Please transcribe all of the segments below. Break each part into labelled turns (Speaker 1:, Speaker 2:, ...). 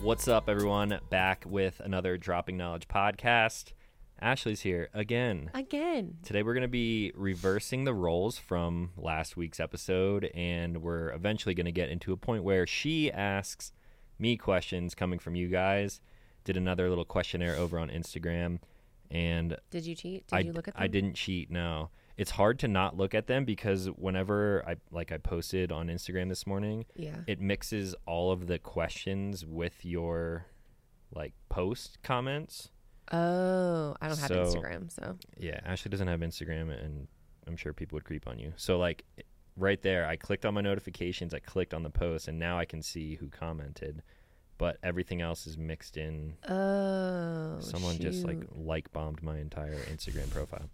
Speaker 1: What's up, everyone? Back with another Dropping Knowledge podcast. Ashley's here again.
Speaker 2: Again.
Speaker 1: Today, we're going to be reversing the roles from last week's episode, and we're eventually going to get into a point where she asks me questions coming from you guys. Did another little questionnaire over on Instagram, and
Speaker 2: Did you cheat? Did
Speaker 1: I,
Speaker 2: you look at them?
Speaker 1: I didn't cheat. No, it's hard to not look at them because whenever I like I posted on Instagram this morning,
Speaker 2: Yeah.
Speaker 1: it mixes all of the questions with your like post comments.
Speaker 2: Oh, I don't have
Speaker 1: So-
Speaker 2: Instagram, so
Speaker 1: Yeah, Ashley doesn't have Instagram, and I'm sure people would creep on you. So like it- right there, I clicked on my notifications, I clicked on the post, and now I can see who commented. But everything else is mixed in.
Speaker 2: oh.
Speaker 1: Someone just like
Speaker 2: shoot.
Speaker 1: like bombed my entire Instagram profile.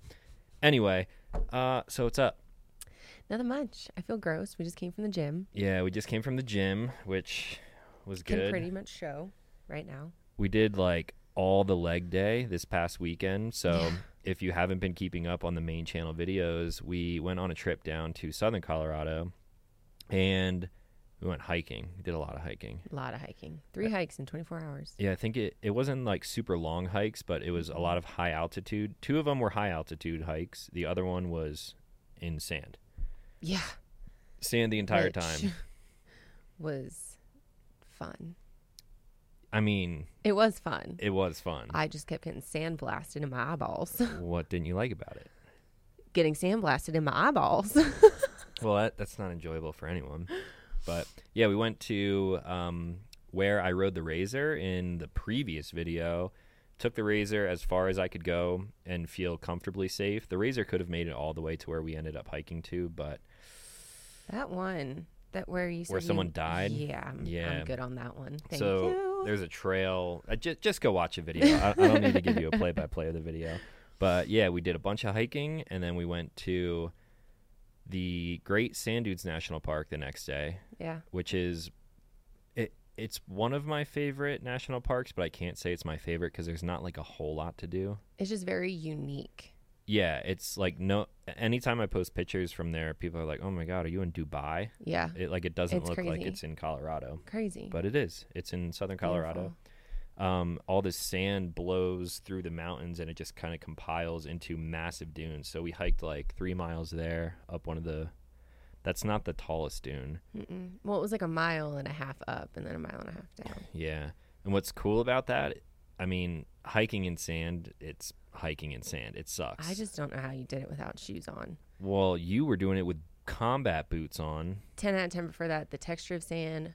Speaker 1: Anyway, uh, so what's up?
Speaker 2: nothing much. I feel gross. We just came from the gym.
Speaker 1: Yeah, we just came from the gym, which was
Speaker 2: Can
Speaker 1: good.
Speaker 2: pretty much show right now.
Speaker 1: we did like all the leg day this past weekend. So if you haven't been keeping up on the main channel videos, we went on a trip down to southern Colorado and we went hiking. We did a lot of hiking.
Speaker 2: A lot of hiking.
Speaker 1: Uh,
Speaker 2: Three hikes in 24 hours.
Speaker 1: Yeah, I think it, it wasn't like super long hikes, but it was a lot of high altitude. Two of them were high altitude hikes. The other one was in sand.
Speaker 2: Yeah.
Speaker 1: Sand the entire
Speaker 2: which
Speaker 1: time.
Speaker 2: Was fun.
Speaker 1: I mean,
Speaker 2: It was fun.
Speaker 1: it was fun.
Speaker 2: I just kept getting sand blasted in my eyeballs.
Speaker 1: what didn't you like about it?
Speaker 2: getting sand blasted in my eyeballs.
Speaker 1: Well, that, that's not enjoyable for anyone. But yeah, we went to um, where I rode the razor in the previous video. Took the razor as far as I could go and feel comfortably safe. The razor could have made it all the way to where we ended up hiking to, but
Speaker 2: that one. That where you said
Speaker 1: Where
Speaker 2: you-
Speaker 1: someone died?
Speaker 2: Yeah, I'm,
Speaker 1: Yeah.
Speaker 2: I'm good on that one. Thank
Speaker 1: so
Speaker 2: you.
Speaker 1: there's a trail. Uh, just, just go watch a video. I, I don't need to give you a play by play of the video. But yeah, we did a bunch of hiking and then we went to the Great Sand Dunes National Park the next day.
Speaker 2: yeah.
Speaker 1: which is it it's one of my favorite national parks, but I can't say it's my favorite because there's not like a whole lot to do.
Speaker 2: It's just very unique.
Speaker 1: Yeah, it's like no anytime I post pictures from there, people are like, "Oh my god, are you in Dubai?"
Speaker 2: Yeah.
Speaker 1: It like it doesn't
Speaker 2: It's
Speaker 1: look like
Speaker 2: crazy.
Speaker 1: it's in Colorado,
Speaker 2: Crazy.
Speaker 1: but it is. It's in southern Colorado.
Speaker 2: Beautiful.
Speaker 1: Um, all this sand blows through the mountains and it just kind of compiles into massive dunes. So we hiked like three miles there up one of the. That's not the tallest dune.
Speaker 2: Mm-mm. Well, it was like a mile and a half up and then a mile and a half down.
Speaker 1: Yeah. And what's cool about that, I mean, hiking in sand, it's hiking in sand. It sucks.
Speaker 2: I just don't know how you did it without shoes on.
Speaker 1: Well, you were doing it with combat boots on.
Speaker 2: 10 out of 10 for that. The texture of sand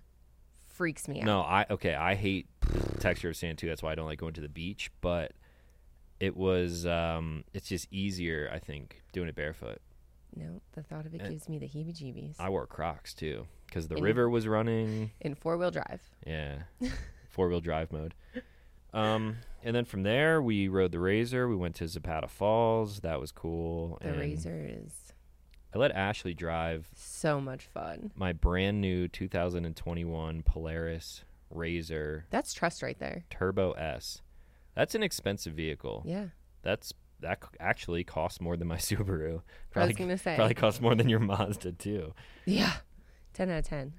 Speaker 2: freaks me out.
Speaker 1: No, I okay, I hate texture of sand too. That's why I don't like going to the beach, but it was um it's just easier, I think, doing it barefoot.
Speaker 2: No, the thought of it
Speaker 1: And-
Speaker 2: gives me the heebie jeebies.
Speaker 1: Eh. I wore Crocs too cuz the
Speaker 2: And-
Speaker 1: river was running.
Speaker 2: In four wheel drive.
Speaker 1: Yeah. Four wheel drive mode. Um, and then from there, we rode the Razor. We went to Zapata Falls. That was cool.
Speaker 2: The
Speaker 1: and
Speaker 2: Razor is
Speaker 1: I let Ashley drive
Speaker 2: so much fun.
Speaker 1: my brand new 2021 Polaris Razor
Speaker 2: That's trust right there.
Speaker 1: Turbo S. That's an expensive vehicle.
Speaker 2: Yeah.
Speaker 1: That's that c- actually costs more than my Subaru.
Speaker 2: I was
Speaker 1: Probably,
Speaker 2: going to say.
Speaker 1: probably costs more than your Mazda too.
Speaker 2: Yeah. 10 out of 10.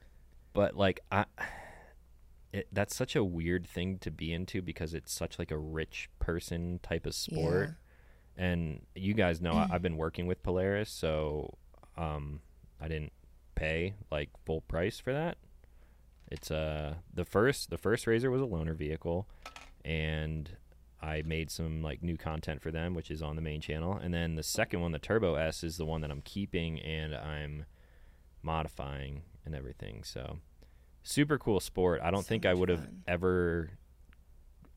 Speaker 1: But like I it, that's such a weird thing to be into because it's such like a rich person type of sport.
Speaker 2: Yeah.
Speaker 1: and you guys know I, I've been working with Polaris, so um, I didn't pay like full price for that. It's uh the first the first Razor was a loaner vehicle, and I made some like new content for them, which is on the main channel. And then the second one, the Turbo S, is the one that I'm keeping and I'm modifying and everything. So super cool sport. I don't
Speaker 2: So
Speaker 1: think I
Speaker 2: much
Speaker 1: would have
Speaker 2: fun.
Speaker 1: ever.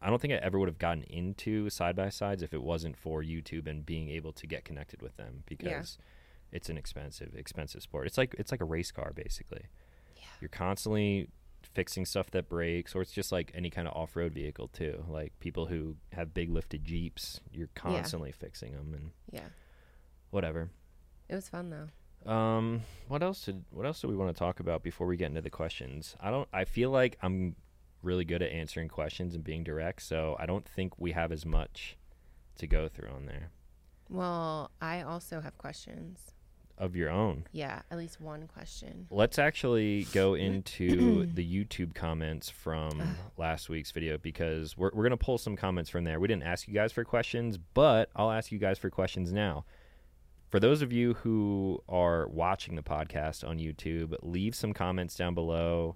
Speaker 1: I don't think I ever would have gotten into side by sides if it wasn't for YouTube and being able to get connected with them because it's an expensive, expensive sport. It's like it's like a race car basically.
Speaker 2: Yeah.
Speaker 1: You're constantly fixing stuff that breaks, or it's just like any kind of off road vehicle too. Like people who have big lifted jeeps, you're constantly fixing 'em fixing them and
Speaker 2: Yeah.
Speaker 1: whatever.
Speaker 2: It was fun, though.
Speaker 1: Um, what else did what else do we want to talk about before we get into the questions? I don't. I feel like I'm really good at answering questions and being direct, so I don't think we have as much to go through on there.
Speaker 2: Well, I also have questions.
Speaker 1: of your own.
Speaker 2: Yeah, at least one question.
Speaker 1: Let's actually go into the YouTube comments from last week's video because we're, we're going to pull some comments from there. We didn't ask you guys for questions, but I'll ask you guys for questions now. For those of you who are watching the podcast on YouTube, leave some comments down below.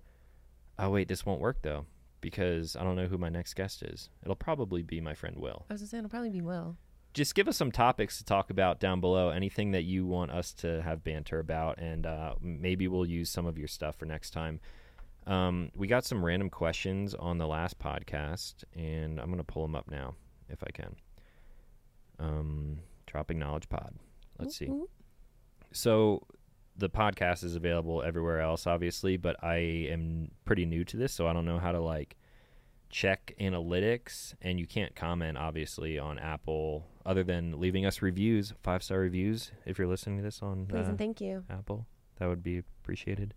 Speaker 1: Oh, wait, this won't work though because I don't know who my next guest is. It'll probably be my friend Will
Speaker 2: I was gonna say it'll probably be Will.
Speaker 1: just give us some topics to talk about down below. Anything that you want us to have banter about, and uh, maybe we'll use some of your stuff for next time. Um, we got some random questions on the last podcast, and I'm gonna pull them up now if I can. Um, dropping knowledge pod. Let's see.
Speaker 2: Ooh, ooh.
Speaker 1: So the podcast is available everywhere else, obviously, but I am pretty new to this, so I don't know how to like check analytics. And you can't comment, obviously, on Apple other than leaving us reviews, five star reviews. If you're listening to this on
Speaker 2: Please
Speaker 1: uh,
Speaker 2: and thank you.
Speaker 1: Apple, that would be appreciated.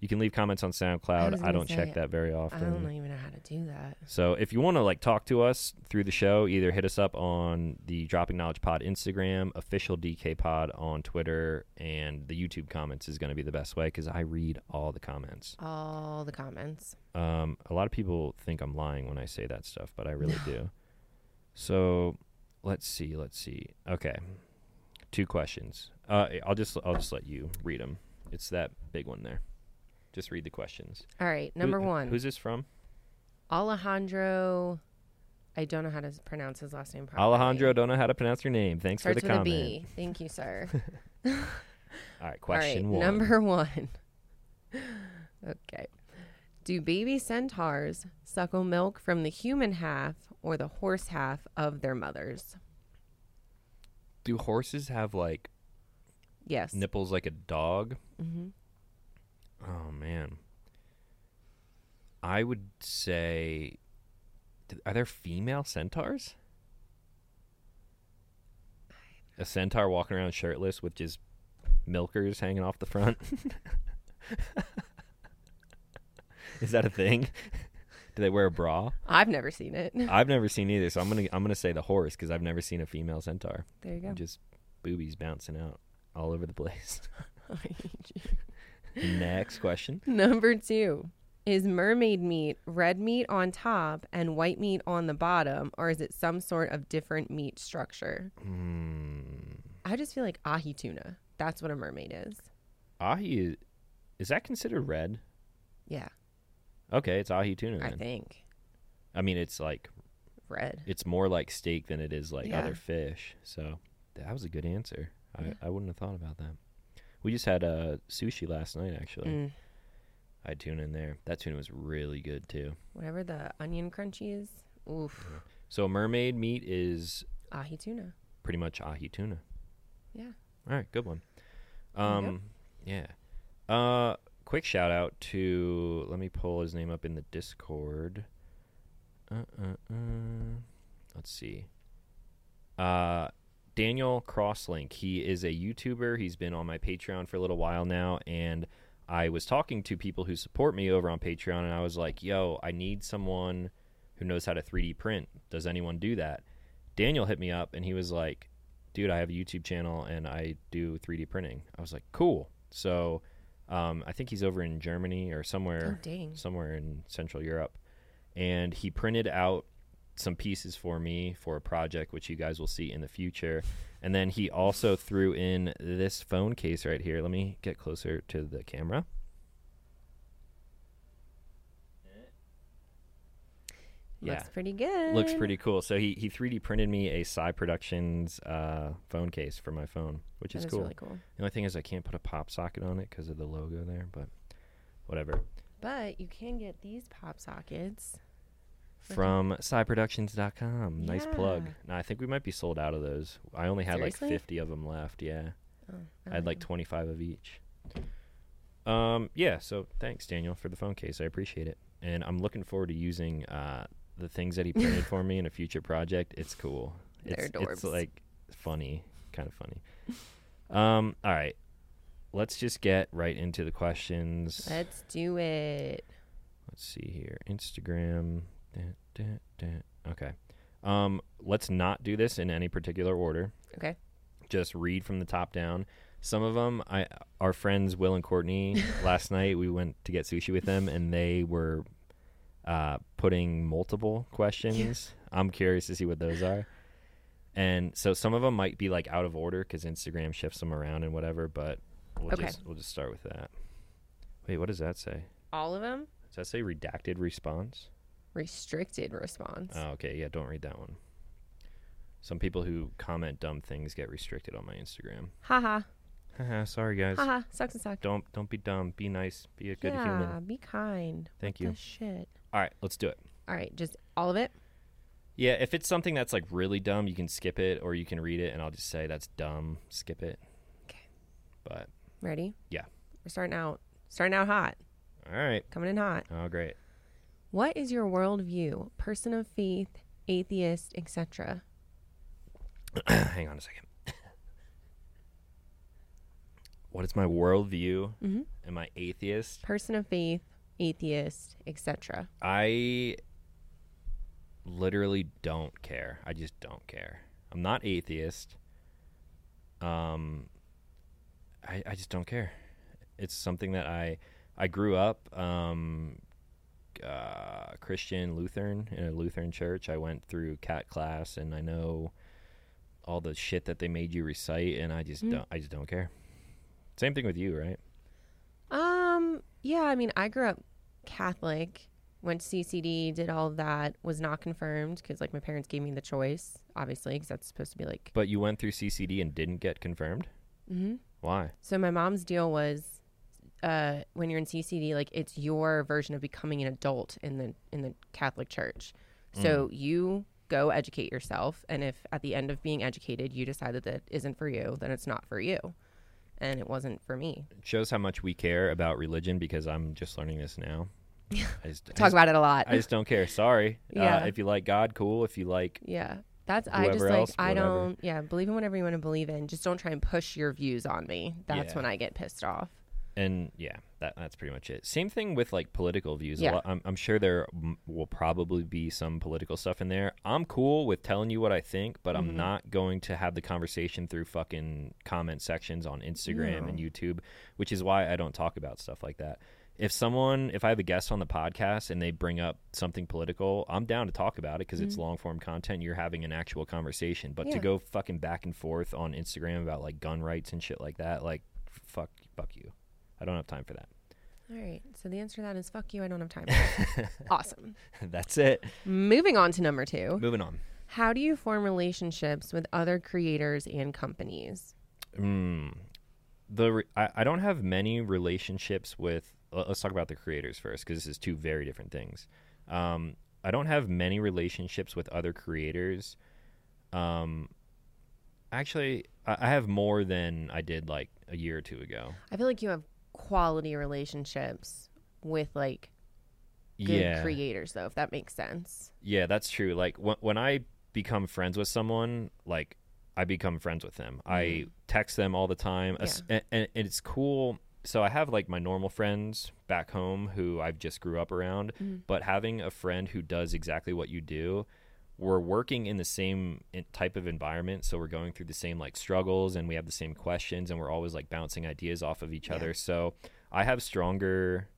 Speaker 1: You can leave comments on
Speaker 2: I
Speaker 1: SoundCloud.
Speaker 2: was
Speaker 1: I,
Speaker 2: gonna
Speaker 1: don't
Speaker 2: say,
Speaker 1: check that very
Speaker 2: I
Speaker 1: often.
Speaker 2: don't even know how to do that.
Speaker 1: So if you want to like talk to us through the show, either hit us up on the Dropping Knowledge Pod Instagram, official DK Pod on Twitter, and the YouTube comments is going to be the best way because I read all the comments.
Speaker 2: All the comments.
Speaker 1: Um, a lot of people think I'm lying when I say that stuff, but I really do. So let's see, let's see. Okay, two questions. Uh, I'll just I'll just let you read them. It's that big one there. Just read the questions.
Speaker 2: All right,
Speaker 1: Who-
Speaker 2: number one.
Speaker 1: Who's this from?
Speaker 2: Alejandro. I don't know how to s- pronounce his last name properly.
Speaker 1: Alejandro, don't know how to pronounce your name. Thanks for
Speaker 2: starts
Speaker 1: the
Speaker 2: with
Speaker 1: comment.
Speaker 2: a B. Thank you, sir.
Speaker 1: All right, question
Speaker 2: All
Speaker 1: one.
Speaker 2: right, number one. okay. Do baby centaurs suckle milk from the human half or the horse half of their mothers?
Speaker 1: Do horses have like
Speaker 2: Yes.
Speaker 1: nipples like a dog?
Speaker 2: hmm
Speaker 1: Oh man. I would say, d- are there female centaurs? A centaur walking around shirtless with just milkers hanging off the front. Is that a thing? Do they wear a bra?
Speaker 2: I've never seen it.
Speaker 1: I've never seen either, so I'm gonna I'm gonna say the horse because I've never seen a female centaur.
Speaker 2: There you go.
Speaker 1: Just boobies bouncing out all over the place. Next question.
Speaker 2: Number two. Is mermaid meat red meat on top and white meat on the bottom, or is it some sort of different meat structure?
Speaker 1: Mm,
Speaker 2: I just feel like ahi tuna. That's what a mermaid is.
Speaker 1: ahi is, is that considered red?
Speaker 2: Yeah,
Speaker 1: Okay, it's ahi tuna.
Speaker 2: I
Speaker 1: Then. I,
Speaker 2: think
Speaker 1: mean, it's like
Speaker 2: red.
Speaker 1: it's more like steak than it is like
Speaker 2: Yeah.
Speaker 1: other fish. So that was a good answer. I, I wouldn't have thought about that. We just had uh, sushi last night. Actually,
Speaker 2: Mm.
Speaker 1: I had tuna in there. That tuna was really good too.
Speaker 2: Whatever the onion crunchy is. Oof.
Speaker 1: So mermaid meat is
Speaker 2: Ahi tuna.
Speaker 1: pretty much ahi tuna.
Speaker 2: Yeah.
Speaker 1: All right, good one.
Speaker 2: you go.
Speaker 1: Um, yeah. Uh, quick shout out to let me pull his name up in the Discord. Uh, uh, uh. Let's see. Uh, Daniel Crosslink. He is a YouTuber. He's been on my Patreon for a little while now, and I was talking to people who support me over on Patreon, and I was like, "Yo, I need someone who knows how to 3D print. Does anyone do that?" Daniel hit me up, and he was like, dude, I have a YouTube channel and I do 3D printing. I was like, cool. So um, I think he's over in Germany or
Speaker 2: Oh
Speaker 1: somewhere,
Speaker 2: dang.
Speaker 1: somewhere in Central Europe. And he printed out some pieces for me for a project, which you guys will see in the future. And then he also threw in this phone case right here. Let me get closer to the camera.
Speaker 2: Looks pretty good.
Speaker 1: looks pretty cool. So he, he 3D printed me a Psy Productions uh, phone case for my phone, which
Speaker 2: That
Speaker 1: is
Speaker 2: is
Speaker 1: cool.
Speaker 2: really cool.
Speaker 1: The only thing is I can't put a pop socket on it because of the logo there, but whatever.
Speaker 2: But you can get these pop sockets. Okay.
Speaker 1: From SciProductions.com. Nice plug.
Speaker 2: Mm-hmm. Yeah.
Speaker 1: Now, I think we might be sold out of those. I only had
Speaker 2: Seriously?
Speaker 1: like 50 of them left. Yeah.
Speaker 2: Oh,
Speaker 1: I had like 25 of each. Um, yeah, so thanks, Daniel, for the phone case. I appreciate it. And I'm looking forward to using uh, the things that he printed for me in a future project. It's cool.
Speaker 2: They're
Speaker 1: It's, it's
Speaker 2: adorbs.
Speaker 1: like funny, kind of funny. Um, all right. Let's just get right into the questions.
Speaker 2: Let's do it.
Speaker 1: Let's see here. Instagram. Dun, dun, dun. Okay. Um, let's not do this in any particular order.
Speaker 2: Okay.
Speaker 1: Just read from the top down. Some of them, I our friends Will and Courtney last night we went to get sushi with them, and they were uh, putting multiple questions. I'm curious to see what those are. And so some of them might be like out of order because Instagram shifts them around and whatever. But we'll
Speaker 2: Okay.
Speaker 1: just we'll just start with that. Wait, what does that say?
Speaker 2: All of them?
Speaker 1: Does that say redacted response?
Speaker 2: Restricted response.
Speaker 1: Oh, okay. Yeah, don't read that one. Some people who comment dumb things get restricted on my Instagram.
Speaker 2: Haha.
Speaker 1: Haha, Sorry, guys.
Speaker 2: Haha. Sucks and suck.
Speaker 1: Don't don't be dumb. Be nice. Be a good
Speaker 2: yeah,
Speaker 1: human.
Speaker 2: be kind.
Speaker 1: Thank
Speaker 2: The
Speaker 1: you.
Speaker 2: shit.
Speaker 1: All right, let's do it.
Speaker 2: All right, just all of it.
Speaker 1: Yeah, if it's something that's like really dumb, you can skip it or you can read it and I'll just say that's dumb. Skip it.
Speaker 2: 'Kay.
Speaker 1: But
Speaker 2: Ready?
Speaker 1: Yeah.
Speaker 2: We're starting out. Starting out hot.
Speaker 1: all right.
Speaker 2: Coming in hot.
Speaker 1: Oh, great.
Speaker 2: What is your worldview? Person of faith, atheist, etc.
Speaker 1: Hang on a second. what is my worldview?
Speaker 2: Mhm.
Speaker 1: Am I atheist?
Speaker 2: Person of faith, atheist, etc.
Speaker 1: I literally don't care. I just don't care. I'm not atheist. Um I I just don't care. It's something that I I grew up um uh, Christian Lutheran in a Lutheran church. I went through cat class and I know all the shit that they made you recite and I just
Speaker 2: Mm.
Speaker 1: don't I just don't care. Same thing with you, right?
Speaker 2: Um, yeah, I mean, I grew up Catholic, went to CCD, did all of that, was not confirmed because like my parents gave me the choice, obviously, because that's supposed to be like.
Speaker 1: But you went through CCD and didn't get confirmed?
Speaker 2: hmm
Speaker 1: Why?
Speaker 2: So my mom's deal was, uh, when you're in CCD, like it's your version of becoming an adult in the in the Catholic Church. So
Speaker 1: Mm.
Speaker 2: you go educate yourself, and if at the end of being educated you decide that that isn't for you, then it's not for you, and it wasn't for me.
Speaker 1: It shows how much we care about religion because I'm just learning this now. I just, I
Speaker 2: Talk
Speaker 1: just-
Speaker 2: about it a lot.
Speaker 1: I just don't care. Sorry.
Speaker 2: Yeah.
Speaker 1: Uh, if you like God, cool. If you like,
Speaker 2: yeah, that's I just
Speaker 1: Whoever
Speaker 2: like
Speaker 1: else,
Speaker 2: I
Speaker 1: whatever.
Speaker 2: don't. Yeah, believe in whatever you want to believe in. Just don't try and push your views on me. That's
Speaker 1: Yeah.
Speaker 2: when I get pissed off.
Speaker 1: and yeah, that that's pretty much it. Same thing with like political views. A
Speaker 2: Yeah.
Speaker 1: lot- I'm, I'm sure there m- will probably be some political stuff in there. I'm cool with telling you what I think, but
Speaker 2: Mm-hmm.
Speaker 1: I'm not going to have the conversation through fucking comment sections on Instagram and YouTube, which is why I don't talk about stuff like that. If someone, if I have a guest on the podcast and they bring up something political, I'm down to talk about it because it's long form content. You're having an actual conversation, but
Speaker 2: Mm-hmm. Yeah.
Speaker 1: to go fucking back and forth on Instagram about like gun rights and shit like that, like fuck, fuck you. I don't have time for that.
Speaker 2: All right. So the answer to that is fuck you. I don't have time. awesome.
Speaker 1: That's it.
Speaker 2: Moving on to number two.
Speaker 1: Moving on.
Speaker 2: How do you form relationships with other creators and companies?
Speaker 1: Mm. The re- I, I don't have many relationships with. le- Let's talk about the creators first, because this is two very different things. Um, I don't have many relationships with other creators. Um, actually, I, I have more than I did like a year or two ago.
Speaker 2: I feel like you have quality relationships with like good
Speaker 1: yeah,
Speaker 2: creators, though, if that makes sense.
Speaker 1: Yeah, that's true. Like when when I become friends with someone, like I become friends with them. I text them all the time, As- and, and it's cool. So I have like my normal friends back home who I've just grew up around, but having a friend who does exactly what you do. We're working in the same in- type of environment, so we're going through the same like struggles, and we have the same questions, and we're always like bouncing ideas off of each
Speaker 2: Yeah.
Speaker 1: other. So I have stronger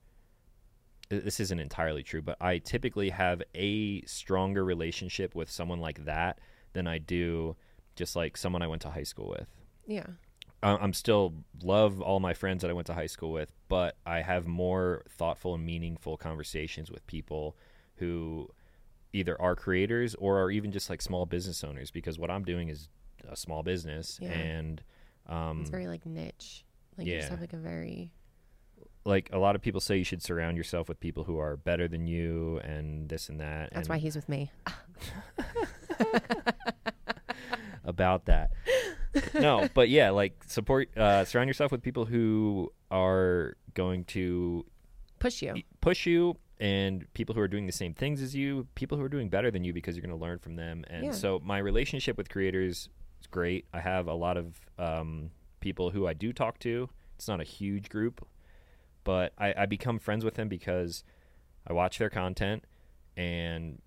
Speaker 1: this isn't entirely true, but I typically have a stronger relationship with someone like that than I do just like someone I went to high school with.
Speaker 2: Yeah.
Speaker 1: I- I'm still love all my friends that I went to high school with, but I have more thoughtful and meaningful conversations with people who either are creators or are even just like small business owners because what I'm doing is a small business
Speaker 2: Yeah.
Speaker 1: and um,
Speaker 2: It's very like niche. Like you just
Speaker 1: yeah.
Speaker 2: have like a very.
Speaker 1: like a lot of people say you should surround yourself with people who are better than you and this and that
Speaker 2: That's
Speaker 1: and
Speaker 2: why he's with me.
Speaker 1: about that. no, but yeah, like support, uh, surround yourself with people who are going to e,
Speaker 2: Push you.
Speaker 1: push you and people who are doing the same things as you, people who are doing better than you because you're going to learn from them. And
Speaker 2: Yeah.
Speaker 1: so my relationship with creators is great. I have a lot of um, people who I do talk to. It's not a huge group, but I, I become friends with them because I watch their content and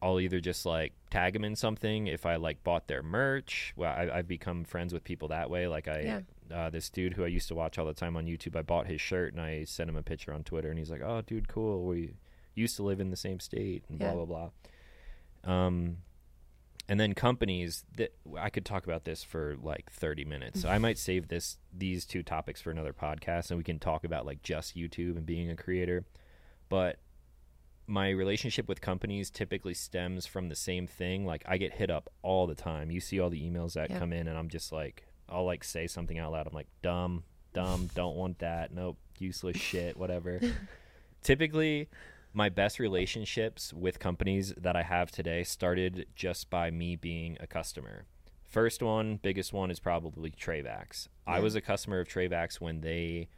Speaker 1: I'll either just like tag them in something if I like bought their merch. Well, I, I've become friends with people that way. Like I,
Speaker 2: Yeah.
Speaker 1: uh, this dude who I used to watch all the time on YouTube. I bought his shirt and I sent him a picture on Twitter, and he's like, "Oh, dude, cool. We used to live in the same state." And
Speaker 2: Yeah.
Speaker 1: blah blah blah. Um, and then companies that I could talk about this for like thirty minutes. So I might save this these two topics for another podcast, and we can talk about like just YouTube and being a creator. But my relationship with companies typically stems from the same thing. Like I get hit up all the time. You see all the emails that
Speaker 2: Yeah.
Speaker 1: come in, and I'm just like, I'll like say something out loud. I'm like, dumb, dumb, don't want that. Nope, useless shit, whatever. typically, my best relationships with companies that I have today started just by me being a customer. First one, biggest one is probably Travax. I
Speaker 2: Yeah.
Speaker 1: was a customer of Travax when they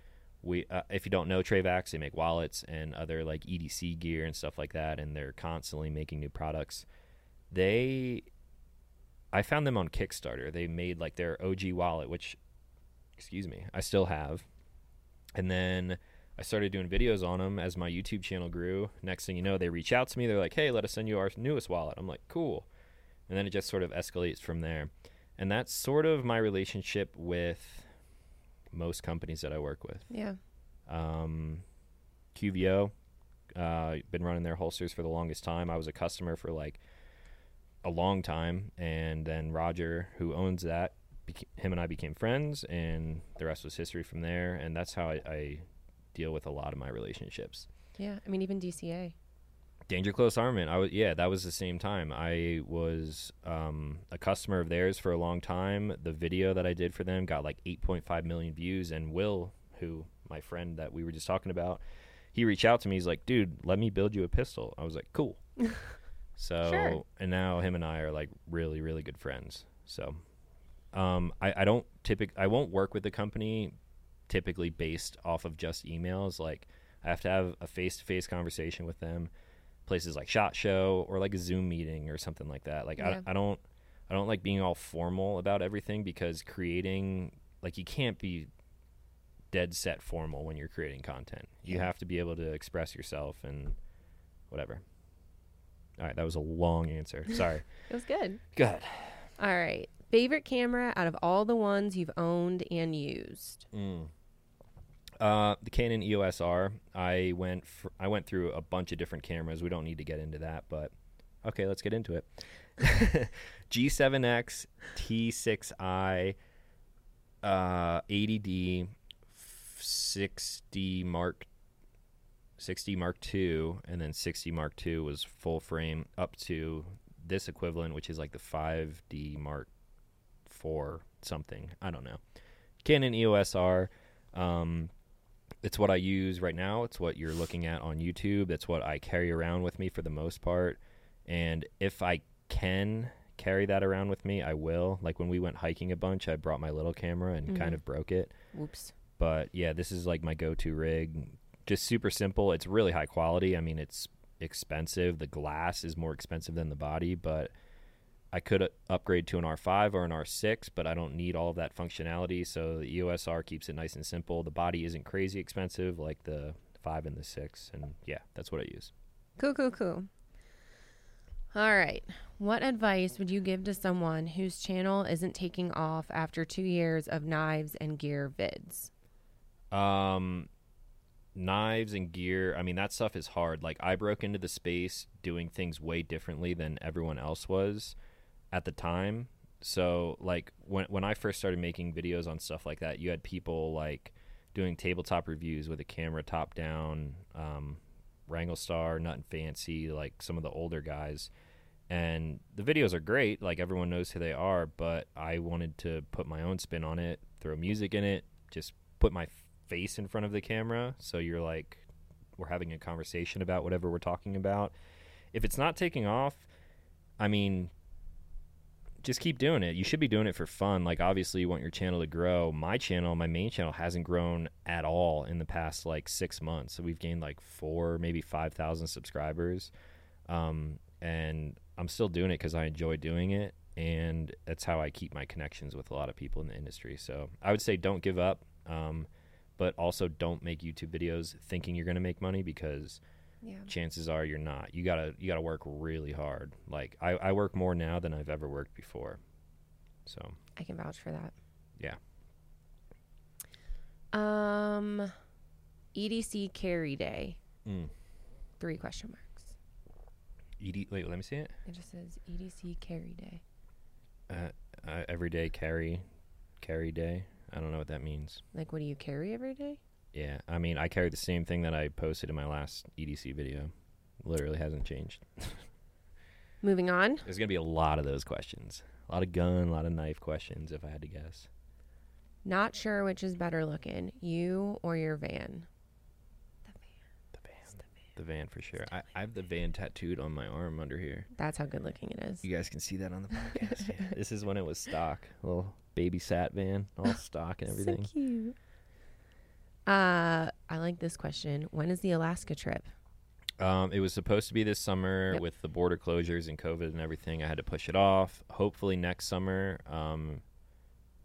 Speaker 1: we uh, if you don't know Travax, they make wallets and other like EDC gear and stuff like that, and they're constantly making new products. They, I found them on Kickstarter. They made like their OG wallet, which, excuse me, I still have, and then. I started doing videos on them as my YouTube channel grew. Next thing you know, they reach out to me. They're like, "Hey, let us send you our newest wallet." I'm like, "Cool," and then it just sort of escalates from there. And that's sort of my relationship with most companies that I work with
Speaker 2: Yeah.
Speaker 1: um, QVO. Uh, been running their holsters for the longest time. I was a customer for like a long time, and then Roger, who owns that, beca- him and I became friends, and the rest was history from there. And that's how I, I deal with a lot of my relationships.
Speaker 2: Yeah. I mean, even DCA.
Speaker 1: Danger Close Armament. I was yeah, that was the same time. I was um, a customer of theirs for a long time. The video that I did for them got like 8.5 million views, and Will, who my friend that we were just talking about, he reached out to me. He's like, "Dude, let me build you a pistol." I was like, "Cool." so
Speaker 2: Sure.
Speaker 1: and now him and I are like really really good friends. So um, I, I don't typic I won't work with the company typically based off of just emails. Like I have to have a face to face conversation with them, places like Shot Show or like a Zoom meeting or something like that. Like
Speaker 2: Yeah.
Speaker 1: I, I don't I don't like being all formal about everything because creating like you can't be dead set formal when you're creating content. You
Speaker 2: Yeah.
Speaker 1: have to be able to express yourself and whatever. All right, that was a long answer. Sorry.
Speaker 2: It was good.
Speaker 1: God.
Speaker 2: All right. Favorite camera out of all the ones you've owned and used?
Speaker 1: Mm. Uh, the Canon EOS R. I went fr- I went through a bunch of different cameras. We don't need to get into that, but okay, let's get into it. G7X, T6i, uh, 80D, 60 Mark, 60 Mark II, and then 60 Mark II was full frame up to this equivalent, which is like the 5D Mark IV something. I don't know. Canon EOS R. Um, it's what I use right now. It's what you're looking at on YouTube. It's what I carry around with me for the most part. And if I can carry that around with me, I will. Like when we went hiking a bunch, I brought my little camera and kind of broke it.
Speaker 2: Whoops.
Speaker 1: But yeah, this is like my go-to rig. Just super simple. It's really high quality. I mean, it's expensive. The glass is more expensive than the body, but I could uh, upgrade to an R5 or an R6, but I don't need all of that functionality. So the EOS R keeps it nice and simple. The body isn't crazy expensive like the 5 and the 6. And yeah, that's what I use.
Speaker 2: Cool, cool, cool. All right. What advice would you give to someone whose channel isn't taking off after two years of knives and gear vids?
Speaker 1: Um, knives and gear. I mean, that stuff is hard. Like, I broke into the space doing things way differently than everyone else was at the time. So, like, when when I first started making videos on stuff like that, you had people like doing tabletop reviews with a camera top down, um, Wrangle Star, Nut and Fancy, like some of the older guys. And the videos are great, like everyone knows who they are, but I wanted to put my own spin on it, throw music in it, just put my face in front of the camera. So you're like, we're having a conversation about whatever we're talking about. If it's not taking off, I mean, just keep doing it. You should be doing it for fun. Like, obviously, you want your channel to grow. My channel, my main channel, hasn't grown at all in the past like six months. So we've gained like four, maybe 5,000 subscribers. Um, and I'm still doing it because I enjoy doing it. And that's how I keep my connections with a lot of people in the industry. So I would say don't give up. Um, but also don't make YouTube videos thinking you're going to make money because
Speaker 2: Yeah.
Speaker 1: chances are you're not. You gotta you gotta work really hard. Like I, I work more now than I've ever worked before. So
Speaker 2: I can vouch for that.
Speaker 1: Yeah.
Speaker 2: Um, EDC carry day.
Speaker 1: Mm.
Speaker 2: Three question marks.
Speaker 1: ED, wait, let me see it.
Speaker 2: It just says EDC carry day.
Speaker 1: Uh, everyday carry, carry day. I don't know what that means.
Speaker 2: Like, what do you carry every day?
Speaker 1: Yeah, I mean, I carry the same thing that I posted in my last EDC video. Literally hasn't changed.
Speaker 2: Moving on.
Speaker 1: There's gonna be a lot of those questions. A lot of gun, a lot of knife questions. If I had to guess,
Speaker 2: Not sure which is better looking, you or your van. The van.
Speaker 1: the van, the van for sure. I, I have the van tattooed on my arm under here.
Speaker 2: That's how good looking it is.
Speaker 1: You guys can see that on the podcast. yeah. This is when it was stock, little baby sat van, all stock and everything.
Speaker 2: So cute. Uh, I like this question. When is the Alaska trip?
Speaker 1: Um, it was supposed to be this summer
Speaker 2: Yep.
Speaker 1: with the border closures and COVID and everything. I had to push it off. Hopefully next summer. Um,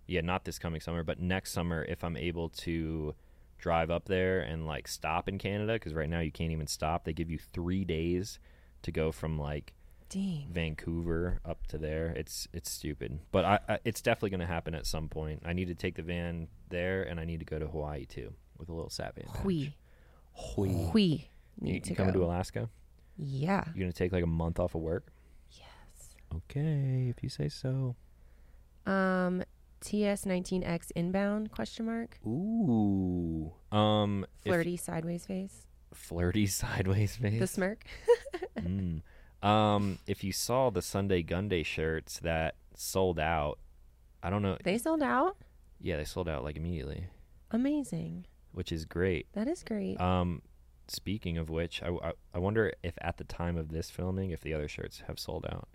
Speaker 1: yeah, not this coming summer, but next summer if I'm able to drive up there and like stop in Canada because right now you can't even stop. They give you three days to go from like
Speaker 2: Dang.
Speaker 1: Vancouver up to there. It's it's stupid, but I, I it's definitely going to happen at some point. I need to take the van there and I need to go to Hawaii too with a little sat van. package.
Speaker 2: We
Speaker 1: Hui.
Speaker 2: we
Speaker 1: You,
Speaker 2: need
Speaker 1: you
Speaker 2: to
Speaker 1: coming
Speaker 2: go.
Speaker 1: to Alaska?
Speaker 2: yeah.
Speaker 1: You're gonna take like a month off of work?
Speaker 2: Yes.
Speaker 1: Okay, if you say so.
Speaker 2: Um, TS19X inbound question mark.
Speaker 1: Ooh. Um if-
Speaker 2: Flirty sideways face.
Speaker 1: flirty sideways face.
Speaker 2: The smirk.
Speaker 1: Mm. Um if you saw the Sunday Gunday shirts that sold out, I don't know.
Speaker 2: They sold out.
Speaker 1: yeah, they sold out like immediately,
Speaker 2: Amazing.
Speaker 1: which is great.
Speaker 2: That is great.
Speaker 1: Um speaking of which, I, I, I wonder if at the time of this filming if the other shirts have sold out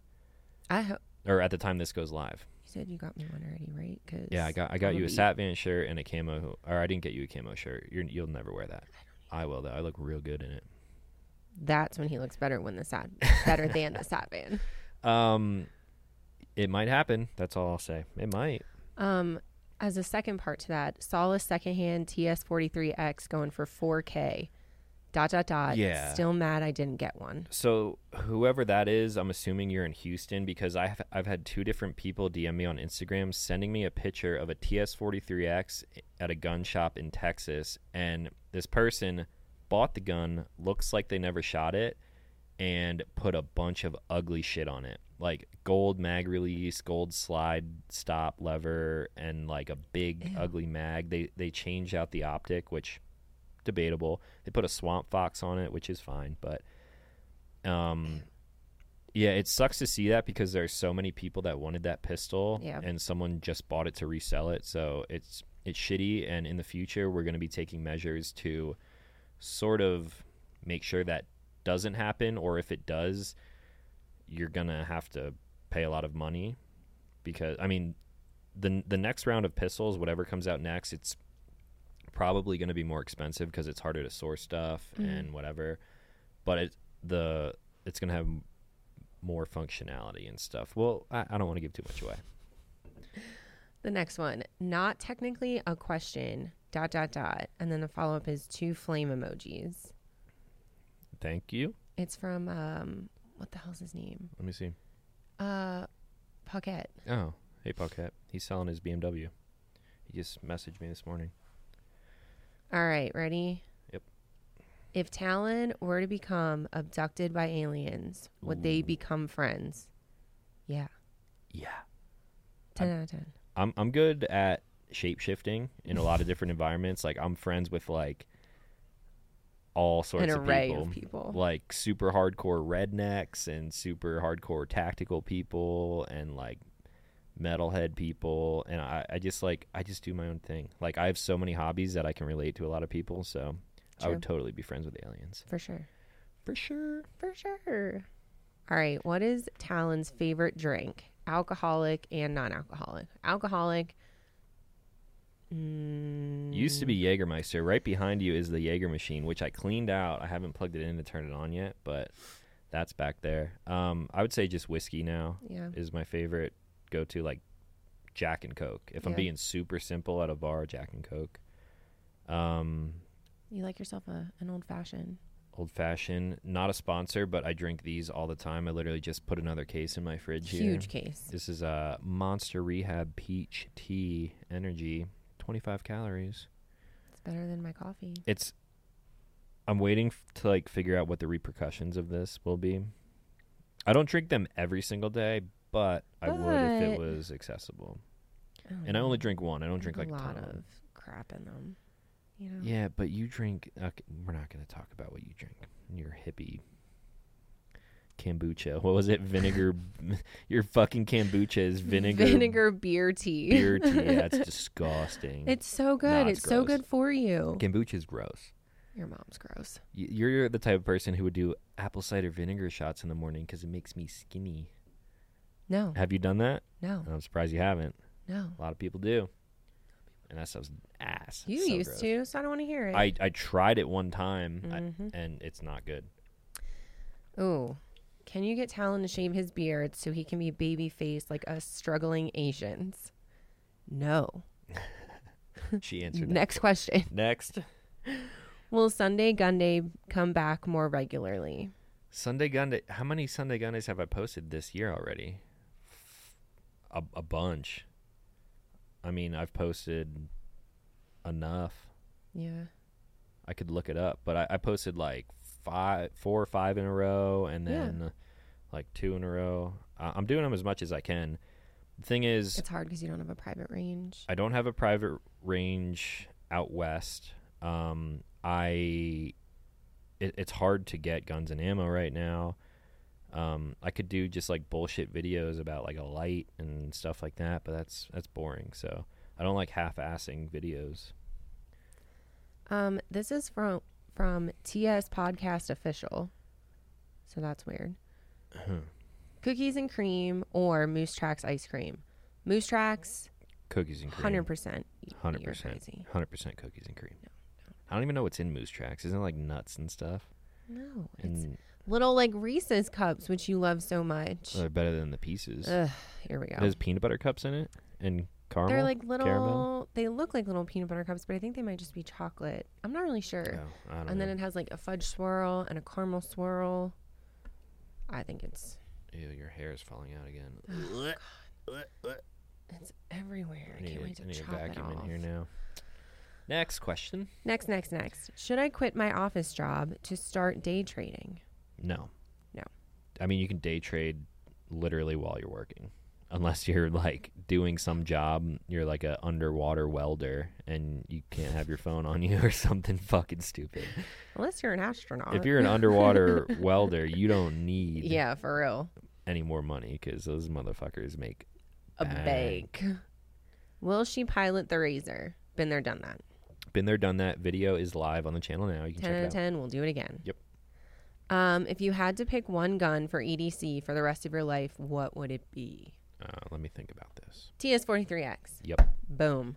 Speaker 2: I hope
Speaker 1: or at the time this goes live.
Speaker 2: you said you got me one already, right? Cause
Speaker 1: Yeah, I got I got
Speaker 2: I'm
Speaker 1: you a
Speaker 2: be-
Speaker 1: Sat Van shirt and a camo. Or I didn't get you a camo shirt. You're, you'll never wear that. I will though. I look real good in it.
Speaker 2: That's when he looks better when the sad better than the sad van.
Speaker 1: Um, it might happen. That's all I'll say. It might.
Speaker 2: Um, as a second part to that, Solace secondhand TS43X going for 4K. Dot dot dot.
Speaker 1: Yeah.
Speaker 2: Still mad I didn't get one.
Speaker 1: So whoever that is, I'm assuming you're in Houston because I've I've had two different people DM me on Instagram sending me a picture of a TS43X at a gun shop in Texas, and this person bought the gun. Looks like they never shot it, and put a bunch of ugly shit on it, like gold mag release, gold slide stop lever, and like a big
Speaker 2: Ew.
Speaker 1: ugly mag. They they changed out the optic, which debatable. They put a swamp fox on it, which is fine, but um yeah, it sucks to see that because there's so many people that wanted that pistol
Speaker 2: Yeah.
Speaker 1: and someone just bought it to resell it. So it's it's shitty and in the future we're going to be taking measures to sort of make sure that doesn't happen or if it does you're going to have to pay a lot of money because I mean the the next round of pistols whatever comes out next it's probably going to be more expensive because it's harder to source stuff and whatever but it the it's going to have m- more functionality and stuff well i, I don't want to give too much away
Speaker 2: The next one, not technically a question. Dot dot dot. And then the follow up is two flame emojis.
Speaker 1: thank you
Speaker 2: It's from um what the hell's his name?
Speaker 1: let me see
Speaker 2: Uh Paquette.
Speaker 1: oh hey Paquette. he's selling his bmw he just messaged me this morning
Speaker 2: All right, ready?
Speaker 1: Yep.
Speaker 2: If Talon were to become abducted by aliens, would they become friends? Yeah.
Speaker 1: yeah
Speaker 2: Ten out of ten.
Speaker 1: I'm I'm good at shape shifting in a lot of different environments. Like I'm friends with like all sorts
Speaker 2: An
Speaker 1: of
Speaker 2: array
Speaker 1: people.
Speaker 2: of people.
Speaker 1: Like super hardcore rednecks and super hardcore tactical people and like metalhead people and I, I just like I just do my own thing. Like I have so many hobbies that I can relate to a lot of people, so I would totally be friends with aliens.
Speaker 2: For sure.
Speaker 1: For sure.
Speaker 2: For sure. All right. What is Talon's favorite drink? Alcoholic and non alcoholic. Alcoholic. Mm,
Speaker 1: Used to be Jägermeister. Right behind you is the Jaeger machine, which I cleaned out. I haven't plugged it in to turn it on yet, but that's back there. Um, I would say just whiskey now
Speaker 2: yeah.
Speaker 1: is my favorite go to, like Jack and Coke. If I'm
Speaker 2: Yeah.
Speaker 1: being super simple at a bar, Jack and Coke. Um,
Speaker 2: You like yourself a, an old fashioned.
Speaker 1: old fashioned, not a sponsor, but I drink these all the time. I literally just put another case in my fridge here.
Speaker 2: Huge case.
Speaker 1: This is a Monster Rehab Peach Tea Energy, 25 calories.
Speaker 2: better than my coffee.
Speaker 1: it's i'm waiting f- to like figure out what the repercussions of this will be i don't drink them every single day but, i would if
Speaker 2: But-
Speaker 1: it was accessible and i only drink one i don't drink like
Speaker 2: Oh, a
Speaker 1: a
Speaker 2: lot
Speaker 1: ton.
Speaker 2: of crap in them. You know.
Speaker 1: yeah but you drink okay, we're not going to talk about what you drink your hippie kombucha what was it vinegar your fucking kombucha is vinegar
Speaker 2: Vinegar beer tea.
Speaker 1: beer tea that's disgusting
Speaker 2: It's so good.
Speaker 1: Nah,
Speaker 2: it's
Speaker 1: it's
Speaker 2: so
Speaker 1: gross.
Speaker 2: good for you.
Speaker 1: kombucha is gross
Speaker 2: Your mom's gross.
Speaker 1: Y- You're the type of person who would do apple cider vinegar shots in the morning because it makes me skinny.
Speaker 2: No,
Speaker 1: Have you done that?
Speaker 2: no,
Speaker 1: I'm surprised you haven't.
Speaker 2: no.
Speaker 1: A lot of people do, and that stuff's ass. It's
Speaker 2: You
Speaker 1: so
Speaker 2: used
Speaker 1: gross.
Speaker 2: to, so I don't want to hear it.
Speaker 1: I I tried it one time, I-
Speaker 2: Mhm.
Speaker 1: and it's not good.
Speaker 2: Ooh. Can you get Talon to shave his beard so he can be baby faced like us struggling Asians? No.
Speaker 1: She answered it.
Speaker 2: Next question.
Speaker 1: Next
Speaker 2: Will Sunday Gunday come back more regularly?
Speaker 1: Sunday Gunday. How many Sunday Gundays have I posted this year already? A, a bunch. I mean, I've posted enough.
Speaker 2: Yeah.
Speaker 1: I could look it up, but I, I posted like five, four or five in a row, and
Speaker 2: Yeah.
Speaker 1: then like two in a row. I, I'm doing them as much as I can. The thing is,
Speaker 2: It's hard because you don't have a private range.
Speaker 1: I don't have a private range out west. Um, I it, it's hard to get guns and ammo right now. Um, I could do just like bullshit videos about like a light and stuff like that, but that's that's boring. So I don't like half-assing videos.
Speaker 2: Um, this is from from TS Podcast Official. So that's weird.
Speaker 1: Uh-huh.
Speaker 2: Cookies and cream or Moose Tracks ice cream. Moose Tracks,
Speaker 1: Cookies and cream.
Speaker 2: hundred percent.
Speaker 1: Hundred percent, hundred percent cookies and cream. I don't even know what's in moose tracks. Isn't it like nuts and stuff?
Speaker 2: No, it's
Speaker 1: And
Speaker 2: little like Reese's cups, which you love so much.
Speaker 1: well, they're better than the pieces.
Speaker 2: Ugh, here we go.
Speaker 1: There's peanut butter cups in it and caramel.
Speaker 2: They're like little.
Speaker 1: caramel.
Speaker 2: They look like little peanut butter cups, but I think they might just be chocolate. I'm not really sure.
Speaker 1: Oh, I don't
Speaker 2: and
Speaker 1: know.
Speaker 2: then it has like a fudge swirl and a caramel swirl. I think it's Oh,
Speaker 1: Ew, your hair is falling out again.
Speaker 2: it's everywhere.
Speaker 1: I
Speaker 2: I
Speaker 1: need,
Speaker 2: can't wait
Speaker 1: a,
Speaker 2: to
Speaker 1: I need a
Speaker 2: chop it
Speaker 1: vacuum
Speaker 2: off.
Speaker 1: in here now. Next question.
Speaker 2: Next, next, next. Should I quit my office job to start day trading?
Speaker 1: No.
Speaker 2: No.
Speaker 1: I mean, you can day trade literally while you're working, unless you're like doing some job. You're like a underwater welder, and you can't have your phone on you or something fucking stupid.
Speaker 2: Unless you're an astronaut.
Speaker 1: if you're an underwater welder, you don't need
Speaker 2: yeah, for real.
Speaker 1: any more money because those motherfuckers make.
Speaker 2: A
Speaker 1: Bang.
Speaker 2: bank. Will she pilot the razor? Been there, done that.
Speaker 1: Been there, done that. Video is live on the channel now. You can
Speaker 2: 10
Speaker 1: check
Speaker 2: out
Speaker 1: it
Speaker 2: of
Speaker 1: out.
Speaker 2: 10. We'll do it again.
Speaker 1: Yep.
Speaker 2: Um, if you had to pick one gun for EDC for the rest of your life, what would it be?
Speaker 1: Uh, let me think about this.
Speaker 2: TS43X.
Speaker 1: Yep.
Speaker 2: Boom.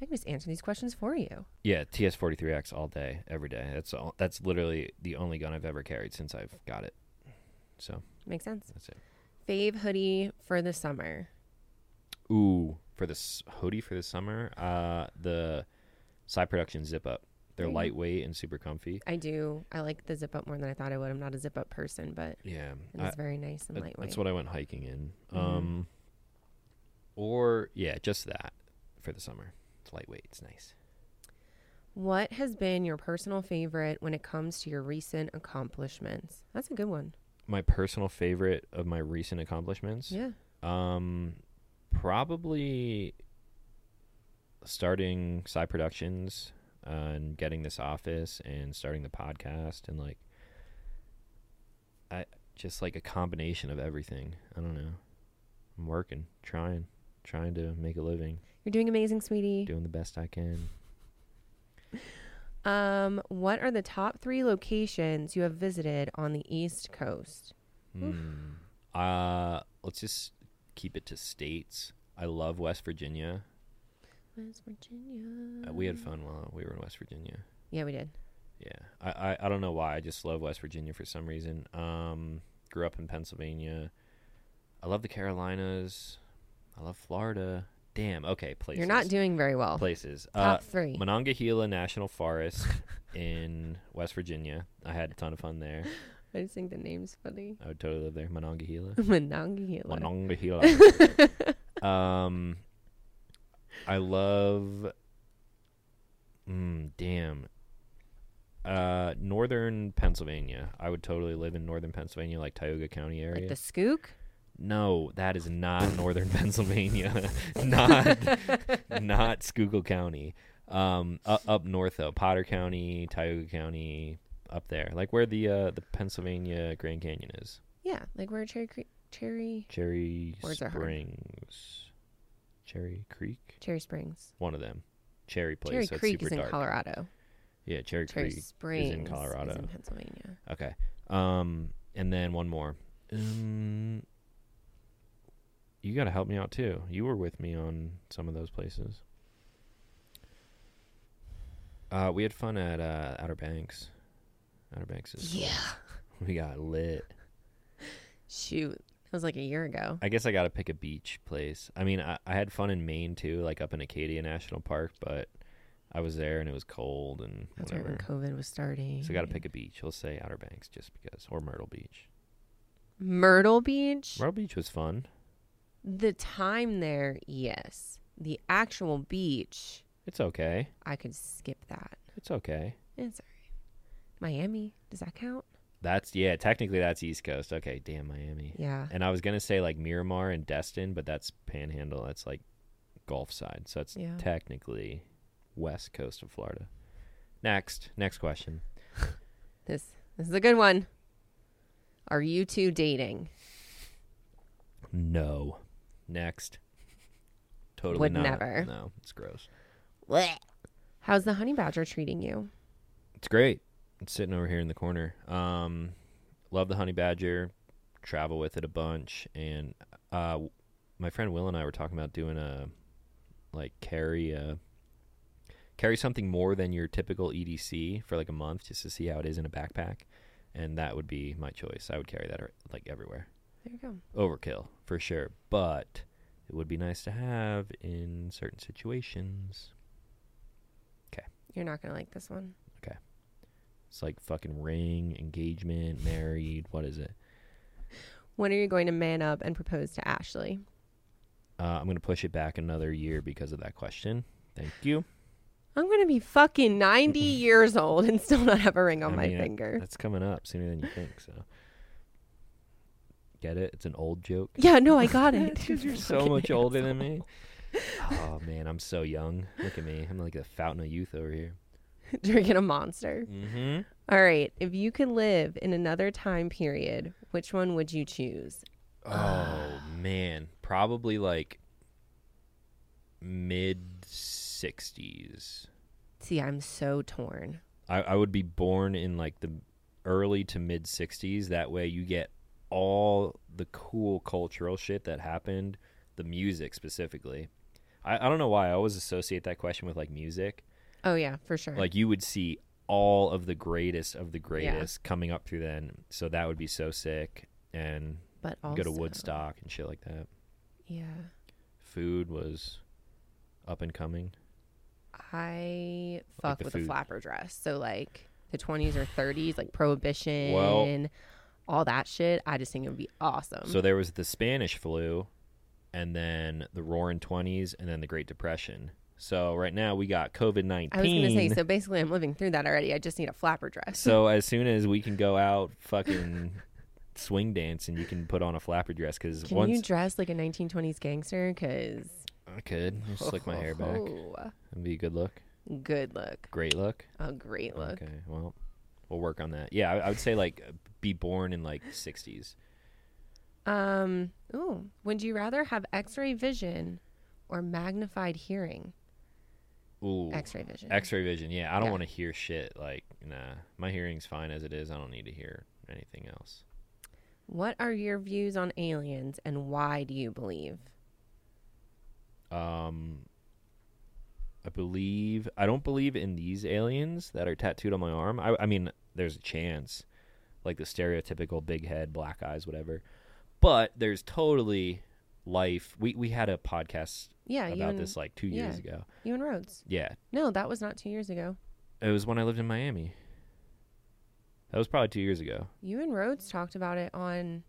Speaker 2: I can just answer these questions for you.
Speaker 1: Yeah, TS forty three X all day, every day. That's all. That's literally the only gun I've ever carried since I've got it. So
Speaker 2: Makes sense.
Speaker 1: that's it.
Speaker 2: Fave hoodie for the summer.
Speaker 1: Ooh, for this hoodie for the summer, uh, the Side Production zip up. They're
Speaker 2: There you go.
Speaker 1: lightweight and super comfy.
Speaker 2: I do. I like the zip up more than I thought I would. I'm not a zip up person, but
Speaker 1: Yeah,
Speaker 2: it
Speaker 1: I-
Speaker 2: is very nice and
Speaker 1: that-
Speaker 2: lightweight.
Speaker 1: that's what I went hiking in. Um, or yeah, just that for the summer. It's lightweight. It's nice.
Speaker 2: What has been your personal favorite when it comes to your recent accomplishments? That's a good one.
Speaker 1: My personal favorite of my recent accomplishments.
Speaker 2: Yeah.
Speaker 1: Um, probably starting Psy Productions uh, and getting this office and starting the podcast and like, I just like a combination of everything. I don't know. I'm working, trying, trying to make a living,
Speaker 2: You're doing amazing, sweetie.
Speaker 1: doing the best I can.
Speaker 2: Um, what are the top three locations you have visited on the East Coast?
Speaker 1: Mm. Uh, let's just keep it to states. I love West Virginia.
Speaker 2: West Virginia.
Speaker 1: Uh, we had fun while we were in West Virginia.
Speaker 2: Yeah, we did.
Speaker 1: Yeah, I, I, I don't know why. I just love West Virginia for some reason. Um, grew up in Pennsylvania. I love the Carolinas. I love Florida. Damn. Okay, places.
Speaker 2: You're not doing very well.
Speaker 1: places. Uh,
Speaker 2: Top three.
Speaker 1: Monongahela National Forest in West Virginia. I had a ton of fun there.
Speaker 2: I just think the name's funny.
Speaker 1: I would totally live there. Monongahela.
Speaker 2: Monongahela.
Speaker 1: Monongahela. um, I love. Mm, damn. Uh, northern Pennsylvania. I would totally live in northern Pennsylvania, like Tioga County area.
Speaker 2: Like the skook?
Speaker 1: No, that is not northern Pennsylvania. not not Schuylkill County. Um, u- up north though, Potter County, Tioga County, up there, like where the uh, the Pennsylvania Grand Canyon is.
Speaker 2: Yeah, like where Cherry Creek, Cherry
Speaker 1: Cherry
Speaker 2: Words are hard.
Speaker 1: Springs, Cherry Creek,
Speaker 2: Cherry Springs.
Speaker 1: one of them. Cherry place.
Speaker 2: Cherry
Speaker 1: so it's
Speaker 2: Creek
Speaker 1: super
Speaker 2: is in
Speaker 1: dark.
Speaker 2: Colorado.
Speaker 1: Yeah, Cherry,
Speaker 2: Cherry
Speaker 1: Creek.
Speaker 2: Springs
Speaker 1: Colorado.
Speaker 2: is in Pennsylvania.
Speaker 1: Okay. Um, and then one more. Um, you got to help me out too. You were with me on some of those places. Uh, we had fun at uh, Outer Banks. Outer Banks is cool. we got lit.
Speaker 2: Shoot, that was like a year ago.
Speaker 1: I guess I got to pick a beach place. I mean, I, I had fun in Maine too, like up in Acadia National Park, but I was there and it was cold and
Speaker 2: That's right
Speaker 1: whatever.
Speaker 2: when COVID was starting.
Speaker 1: So I got to pick a beach. We'll say Outer Banks just because, or Myrtle Beach.
Speaker 2: Myrtle Beach.
Speaker 1: Myrtle Beach was fun.
Speaker 2: The time there, yes. The actual beach,
Speaker 1: It's okay.
Speaker 2: I could skip that.
Speaker 1: It's okay.
Speaker 2: It's all right. Miami, does that count?
Speaker 1: That's yeah. Technically, that's East Coast. Okay, damn Miami.
Speaker 2: Yeah.
Speaker 1: And I was gonna say like Miramar and Destin, but that's Panhandle. That's like Gulf side. So that's
Speaker 2: Yeah.
Speaker 1: technically West Coast of Florida. Next, next question.
Speaker 2: This this is a good one. Are you two dating?
Speaker 1: No. Next. Totally
Speaker 2: Would
Speaker 1: not.
Speaker 2: never.
Speaker 1: No, it's gross.
Speaker 2: Blech. How's the honey badger treating you?
Speaker 1: It's great. It's sitting over here in the corner. Um, love the honey badger. Travel with it a bunch, and uh, my friend Will and I were talking about doing a like carry a carry something more than your typical EDC for like a month just to see how it is in a backpack, and that would be my choice. I would carry that ar- like everywhere.
Speaker 2: There you go.
Speaker 1: Overkill for sure, but it would be nice to have in certain situations.
Speaker 2: You're not gonna like this one.
Speaker 1: It's like fucking ring, engagement, married. What is it?
Speaker 2: When are you going to man up and propose to Ashley?
Speaker 1: Uh, I'm going to push it back another year because of that question. Thank you.
Speaker 2: I'm gonna be fucking 90 years old and still not have a ring on
Speaker 1: I
Speaker 2: my
Speaker 1: mean,
Speaker 2: finger.
Speaker 1: That's coming up sooner than you think. So, get it? It's an old joke.
Speaker 2: Yeah, no, I got it.
Speaker 1: You're so
Speaker 2: Fucking
Speaker 1: much older than
Speaker 2: asshole.
Speaker 1: me. Oh man, I'm so young. Look at me. I'm like a fountain of youth over here.
Speaker 2: Drinking a monster.
Speaker 1: Mm-hmm.
Speaker 2: All right. If you could live in another time period, which one would you choose?
Speaker 1: Oh man, probably like mid '60s.
Speaker 2: See, I'm so torn.
Speaker 1: I, I would be born in like the early to mid 60s. That way you get all the cool cultural shit that happened, the music specifically. I, I don't know why. I always associate that question with like music.
Speaker 2: Oh yeah, for sure.
Speaker 1: Like you would see all of the greatest of the greatest coming up through then. So that would be so sick. And
Speaker 2: but
Speaker 1: you
Speaker 2: also,
Speaker 1: go to Woodstock and shit like that.
Speaker 2: Yeah,
Speaker 1: Food was up and coming.
Speaker 2: I fuck
Speaker 1: the
Speaker 2: with a
Speaker 1: food.
Speaker 2: flapper dress. So like the 20s or 30s, like Prohibition, all that shit. I just think it would be awesome.
Speaker 1: So there was the Spanish flu, and then the Roaring Twenties, and then the Great Depression. So right now we got COVID
Speaker 2: I was gonna say.
Speaker 1: nineteen.
Speaker 2: So basically, I'm living through that already. I just need a flapper dress.
Speaker 1: So as soon as we can go out, fucking swing dance, and you can put on a flapper dress because
Speaker 2: Can you
Speaker 1: once
Speaker 2: dress like a 1920s gangster? Because
Speaker 1: I could just slick my hair back
Speaker 2: Oh.
Speaker 1: and be a good look,
Speaker 2: Good look.
Speaker 1: great look.
Speaker 2: A great look.
Speaker 1: Okay, well, we'll work on that. Yeah, I, I would say like be born in like sixties.
Speaker 2: Um. Ooh. Would you rather have X-ray vision or magnified hearing?
Speaker 1: Ooh,
Speaker 2: X-ray vision.
Speaker 1: X-ray vision. Yeah, I don't
Speaker 2: Yeah.
Speaker 1: want to hear shit. Like, nah, my hearing's fine as it is. I don't need to hear anything else.
Speaker 2: What are your views on aliens and why do you believe?
Speaker 1: Um, I believe I don't believe in these aliens that are tattooed on my arm. I, I mean, there's a chance, like the stereotypical big head, black eyes, whatever. But there's totally life. We we had a podcast
Speaker 2: Yeah, you
Speaker 1: about
Speaker 2: and
Speaker 1: this like two years
Speaker 2: yeah.
Speaker 1: ago.
Speaker 2: you and Rhodes.
Speaker 1: Yeah,
Speaker 2: No, that was not two years ago.
Speaker 1: it was when I lived in Miami. That was probably two years ago.
Speaker 2: You and Rhodes talked about it on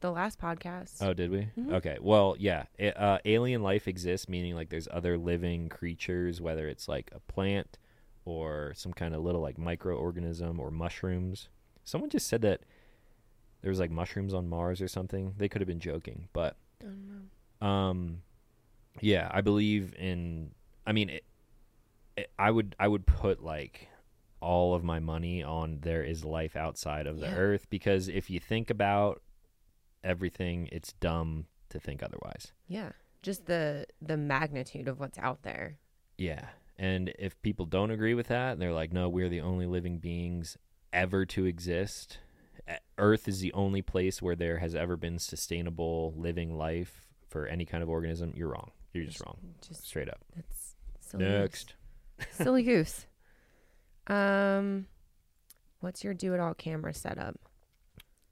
Speaker 2: the last podcast.
Speaker 1: Oh, did we?
Speaker 2: Mhm.
Speaker 1: Okay. Well, yeah. A- uh, alien life exists, meaning like there's other living creatures, whether it's like a plant or some kind of little like microorganism or mushrooms. Someone just said that there was like mushrooms on Mars or something. They could have been joking, but
Speaker 2: I don't know.
Speaker 1: um, yeah, I believe in. I mean, it, it, I would I would put like all of my money on there is life outside of the
Speaker 2: Yeah.
Speaker 1: Earth because if you think about everything, it's dumb to think otherwise.
Speaker 2: Yeah. Just the the magnitude of what's out there.
Speaker 1: Yeah, and if people don't agree with that, they're like, no, we're the only living beings ever to exist. E- Earth is the only place where there has ever been sustainable living life for any kind of organism. You're wrong. You're just wrong.
Speaker 2: Just
Speaker 1: Straight up.
Speaker 2: that's silly goose.
Speaker 1: Next.
Speaker 2: silly goose. Um, what's your do it all camera setup?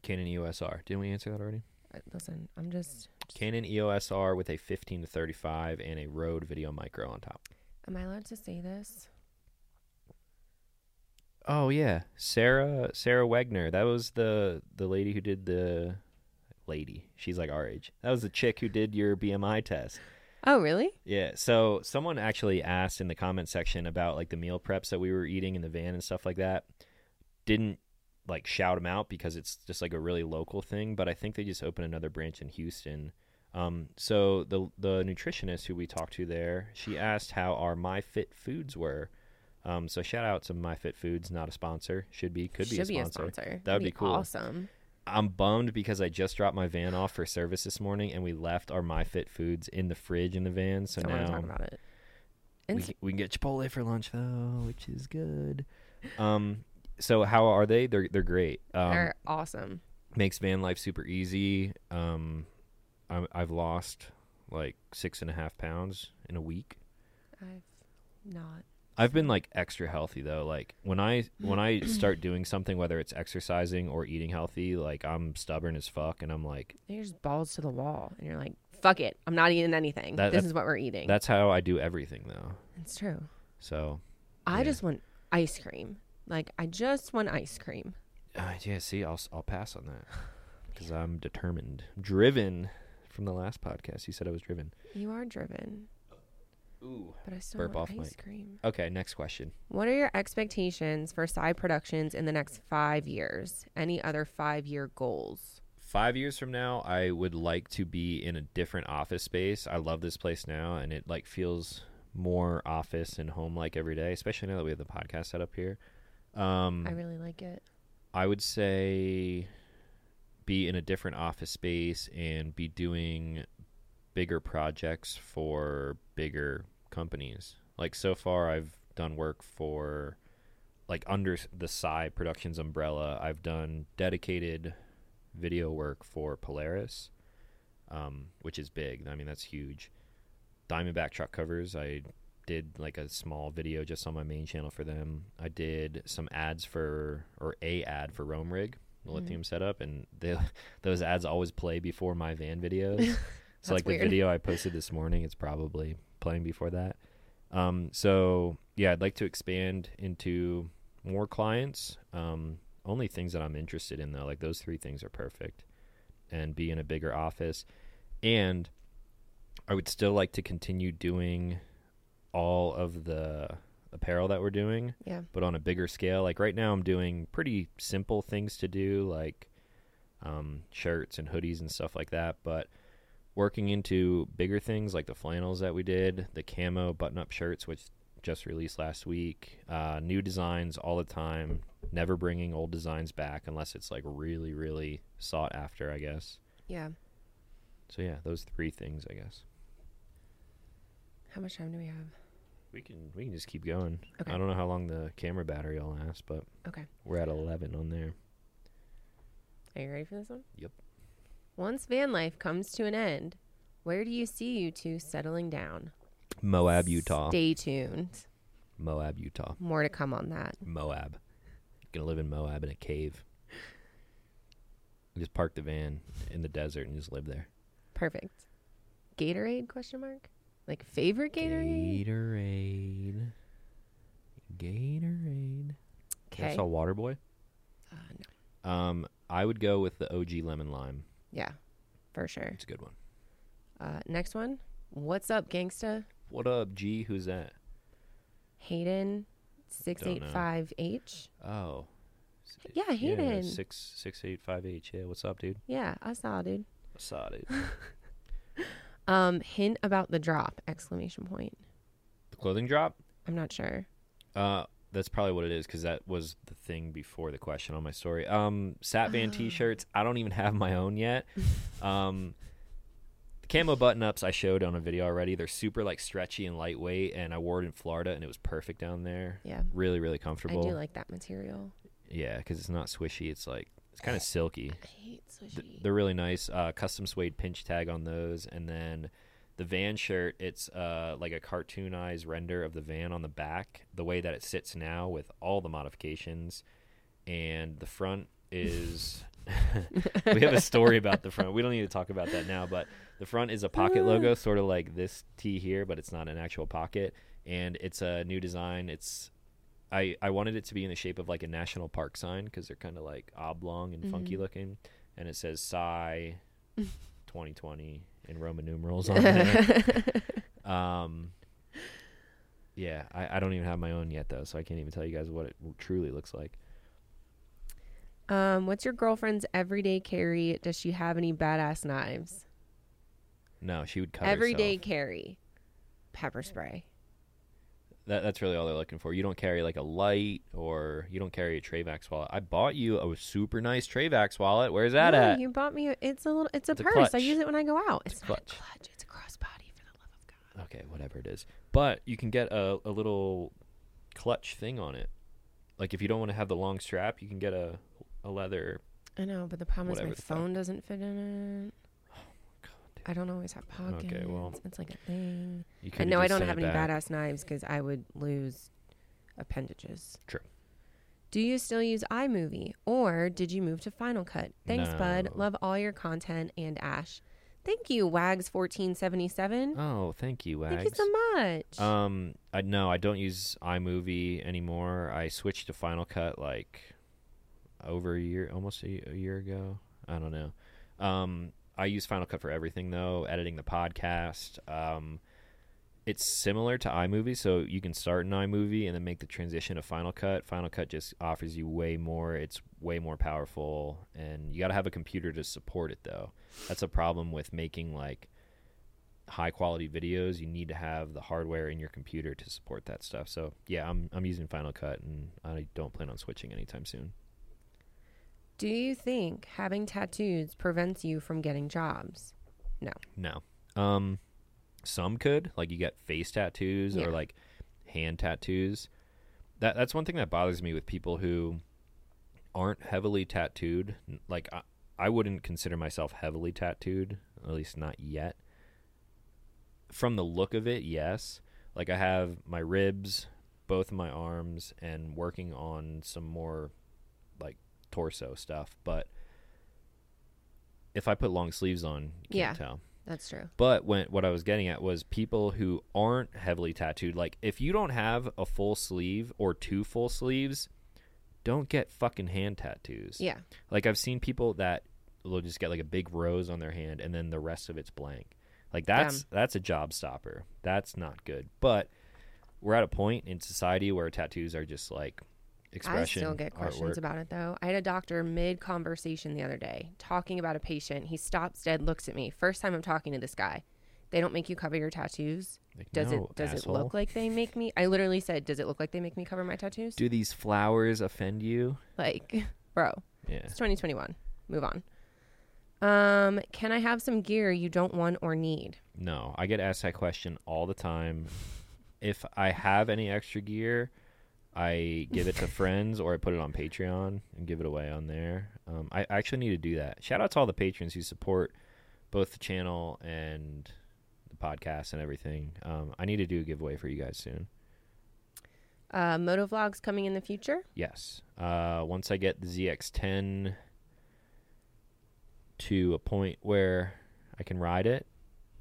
Speaker 1: Canon EOS R. Didn't we answer that already?
Speaker 2: Uh, Listen, I'm just.
Speaker 1: Canon EOS R with a 15 to 35 and a Rode Video Micro on top.
Speaker 2: Am I allowed to say this?
Speaker 1: Oh yeah, Sarah Sarah Wegner. That was the the lady who did the lady. She's like our age. That was the chick who did your BMI test.
Speaker 2: Oh, really?
Speaker 1: Yeah. So someone actually asked in the comment section about like the meal preps that we were eating in the van and stuff like that. Didn't like shout them out because it's just like a really local thing, but I think they just opened another branch in Houston. Um, so the the nutritionist who we talked to there, she asked how our MyFit foods were. Um, so shout out to MyFit Foods, not a sponsor, should be, could be,
Speaker 2: Should
Speaker 1: a, sponsor.
Speaker 2: That'd
Speaker 1: be cool.
Speaker 2: Awesome.
Speaker 1: I'm bummed because I just dropped my van off for service this morning, and we left our MyFit Foods in the fridge in the van. So
Speaker 2: Don't want to
Speaker 1: now
Speaker 2: talk about it.
Speaker 1: we,
Speaker 2: Inst-
Speaker 1: c- we can get Chipotle for lunch though, which is good. Um, so how are they? They're they're great. Um,
Speaker 2: they're awesome.
Speaker 1: Makes van life super easy. Um, I'm, I've lost like six and a half pounds in a week.
Speaker 2: I've not.
Speaker 1: I've been like extra healthy though. Like when I when I start doing something, whether it's exercising or eating healthy, like I'm stubborn as fuck, and I'm like
Speaker 2: You're just balls to the wall, and you're like, "Fuck it, I'm not eating anything.
Speaker 1: That-
Speaker 2: this
Speaker 1: that-
Speaker 2: is what we're eating."
Speaker 1: that's how I do everything though.
Speaker 2: It's true.
Speaker 1: So
Speaker 2: I
Speaker 1: Yeah.
Speaker 2: just want ice cream. Like, I just want ice cream.
Speaker 1: uh, yeah, see, I'll s- I'll pass on that because I'm determined, driven. From the last podcast, you said I was driven.
Speaker 2: You are driven,
Speaker 1: Ooh.
Speaker 2: but I still
Speaker 1: Burp
Speaker 2: want
Speaker 1: off
Speaker 2: ice
Speaker 1: mic.
Speaker 2: cream.
Speaker 1: Okay, next question.
Speaker 2: What are your expectations for side productions in the next five years? Any other five year goals?
Speaker 1: Five years from now, I would like to be in a different office space. I love this place now, and it like feels more office and home like every day, especially now that we have the podcast set up here. Um,
Speaker 2: I really like it.
Speaker 1: I would say be in a different office space and be doing bigger projects for bigger companies. Like so far I've done work for like under s- the Psy Productions umbrella. I've done dedicated video work for Polaris, um, which is big. I mean that's huge. Diamondback truck covers. I did like a small video just on my main channel for them. I did some ads for or a ad for Rome Rig, the
Speaker 2: Mhm.
Speaker 1: lithium setup, and they, those ads always play before my van videos.
Speaker 2: That's
Speaker 1: so like
Speaker 2: weird.
Speaker 1: the video I posted this morning, it's probably playing before that. Um, so yeah, I'd like to expand into more clients. Um, only things that I'm interested in though, like those three things are perfect, and be in a bigger office, and I would still like to continue doing all of the apparel that we're doing,
Speaker 2: Yeah.
Speaker 1: but on a bigger scale. Like right now, I'm doing pretty simple things to do, like um, shirts and hoodies and stuff like that. But working into bigger things like the flannels that we did, the camo button-up shirts, which just released last week, uh, new designs all the time. Never bringing old designs back unless it's like really, really sought after, I guess.
Speaker 2: Yeah.
Speaker 1: So yeah, those three things, I guess.
Speaker 2: How much time do we have?
Speaker 1: We can we can just keep going.
Speaker 2: Okay.
Speaker 1: I don't know how long the camera battery will last, but
Speaker 2: Okay.
Speaker 1: we're at eleven on there.
Speaker 2: Are you ready for this one?
Speaker 1: Yep.
Speaker 2: Once van life comes to an end, where do you see you two settling down?
Speaker 1: Moab, Utah.
Speaker 2: Stay tuned.
Speaker 1: Moab, Utah.
Speaker 2: More to come on that.
Speaker 1: Moab. Gonna live in Moab in a cave. Just park the van in the desert and just live there.
Speaker 2: Perfect. Gatorade question mark? Like favorite Gatorade?
Speaker 1: Gatorade. Gatorade.
Speaker 2: Okay.
Speaker 1: That's all water boy.
Speaker 2: Uh, no.
Speaker 1: Um, I would go with the OG lemon lime.
Speaker 2: Yeah, for sure.
Speaker 1: It's a good one.
Speaker 2: Uh, next one. What's up, gangsta?
Speaker 1: What up, G? Who's that?
Speaker 2: Hayden
Speaker 1: know.
Speaker 2: 685H.
Speaker 1: Oh.
Speaker 2: Yeah, Hayden. Yeah,
Speaker 1: Six six eight five H. Yeah, what's up, dude?
Speaker 2: I saw, dude.
Speaker 1: I saw, dude.
Speaker 2: Um, hint about the drop! Exclamation point.
Speaker 1: the clothing drop.
Speaker 2: I'm not sure.
Speaker 1: Uh, that's probably what it is because that was the thing before the question on my story. Um, Sat Van t-shirts. I don't even have my own yet. um, the camo button-ups I showed on a video already. They're super like stretchy and lightweight, and I wore it in Florida, and it was perfect down there.
Speaker 2: Yeah,
Speaker 1: Really, really
Speaker 2: I
Speaker 1: comfortable.
Speaker 2: do like that material.
Speaker 1: yeah, because it's not swishy. It's like it's kind of silky.
Speaker 2: I hate
Speaker 1: Th-
Speaker 2: swishy.
Speaker 1: they're really nice. Uh, custom suede pinch tag on those, and then the van shirt. It's uh, like a cartoonized render of the van on the back, the way that it sits now with all the modifications, and the front is. we have a story about the front. We don't need to talk about that now, but the front is a pocket logo, sort of like this T here, but it's not an actual pocket, and it's a new design. It's I, I wanted it to be in the shape of like a national park sign because they're kind of like oblong and funky looking and it says Psy 2020 in Roman numerals on there. um, yeah, I, I don't even have my own yet though, so I can't even tell you guys what it truly looks like.
Speaker 2: Um, what's your girlfriend's everyday carry? Does she have any badass knives?
Speaker 1: No, she would cut
Speaker 2: everyday
Speaker 1: herself.
Speaker 2: carry, pepper spray.
Speaker 1: That, that's really all they're looking for. You don't carry like a light or you don't carry a Travax wallet. I bought you a super nice Travax wallet. Where's that
Speaker 2: No,
Speaker 1: at?
Speaker 2: You bought me. A, it's a little. It's a
Speaker 1: It's a
Speaker 2: purse. I
Speaker 1: clutch.
Speaker 2: use it when I go out. It's,
Speaker 1: a
Speaker 2: not a
Speaker 1: clutch.
Speaker 2: clutch. It's a crossbody for the love of God.
Speaker 1: okay, whatever it is. But you can get a, a little clutch thing on it. Like if you don't want to have the long strap, you can get a a leather
Speaker 2: I know, but the problem
Speaker 1: Whatever
Speaker 2: is
Speaker 1: the
Speaker 2: my
Speaker 1: fuck.
Speaker 2: phone doesn't fit in it. I don't always have pockets.
Speaker 1: Okay, well,
Speaker 2: it's like a thing.
Speaker 1: You
Speaker 2: I
Speaker 1: coulda
Speaker 2: know I
Speaker 1: just
Speaker 2: don't
Speaker 1: sent
Speaker 2: have
Speaker 1: it
Speaker 2: any
Speaker 1: back.
Speaker 2: badass knives because I would lose appendages.
Speaker 1: True.
Speaker 2: Do you still use iMovie or did you move to Final Cut? Thanks, bud.
Speaker 1: No.
Speaker 2: Love all your content and Ash. Thank you, Wags1477.
Speaker 1: Oh, thank you, Wags.
Speaker 2: Thank you so much.
Speaker 1: Um, I no, I don't use iMovie anymore. I switched to Final Cut like over a year, almost a, a year ago. I don't know. Um, I use Final Cut for everything though, editing the podcast. Um, it's similar to iMovie, so you can start in iMovie and then make the transition to Final Cut. Final Cut just offers you way more. It's way more powerful, and you got to have a computer to support it though. That's a problem with making like high quality videos, you need to have the hardware in your computer to support that stuff. So yeah, I'm I'm using Final Cut and I don't plan on switching anytime soon.
Speaker 2: Do you think having tattoos prevents you from getting jobs? No.
Speaker 1: No. Um some could, like you get face tattoos
Speaker 2: Yeah.
Speaker 1: or like hand tattoos. That that's one thing that bothers me with people who aren't heavily tattooed. N- Like I, I wouldn't consider myself heavily tattooed, at least not yet. From the look of it, yes. Like I have my ribs, both of my arms and working on some more like torso stuff, but if I put long sleeves on, you can't
Speaker 2: Yeah.
Speaker 1: tell.
Speaker 2: That's true.
Speaker 1: But when what I was getting at was people who aren't heavily tattooed, like if you don't have a full sleeve or two full sleeves, don't get fucking hand tattoos.
Speaker 2: Yeah.
Speaker 1: Like I've seen people that will just get like a big rose on their hand and then the rest of it's blank. Like that's that's a job stopper. That's not good. But we're at a point in society where tattoos are just like expression.
Speaker 2: I still get questions
Speaker 1: artwork.
Speaker 2: about it though. I had a doctor mid conversation the other day talking about a patient. He stops dead, looks at me. First time I'm talking to this guy. They don't make you cover your tattoos.
Speaker 1: Like,
Speaker 2: Does
Speaker 1: no,
Speaker 2: it does
Speaker 1: asshole.
Speaker 2: it look like they make me I literally said, Does it look like they make me cover my tattoos?
Speaker 1: Do these flowers offend you?
Speaker 2: like, bro,
Speaker 1: Yeah.
Speaker 2: it's twenty twenty one. Move on. Um, can I have some gear you don't want or need?
Speaker 1: No, I get asked that question all the time. If I have any extra gear, I give it to friends or I put it on Patreon and give it away on there. Um, I I actually need to do that. Shout out to all the patrons who support both the channel and the podcast and everything. Um, I need to do a giveaway for you guys soon.
Speaker 2: Uh motovlogs coming in the future.
Speaker 1: Yes. Uh, once I get the ZX10 to a point where I can ride it,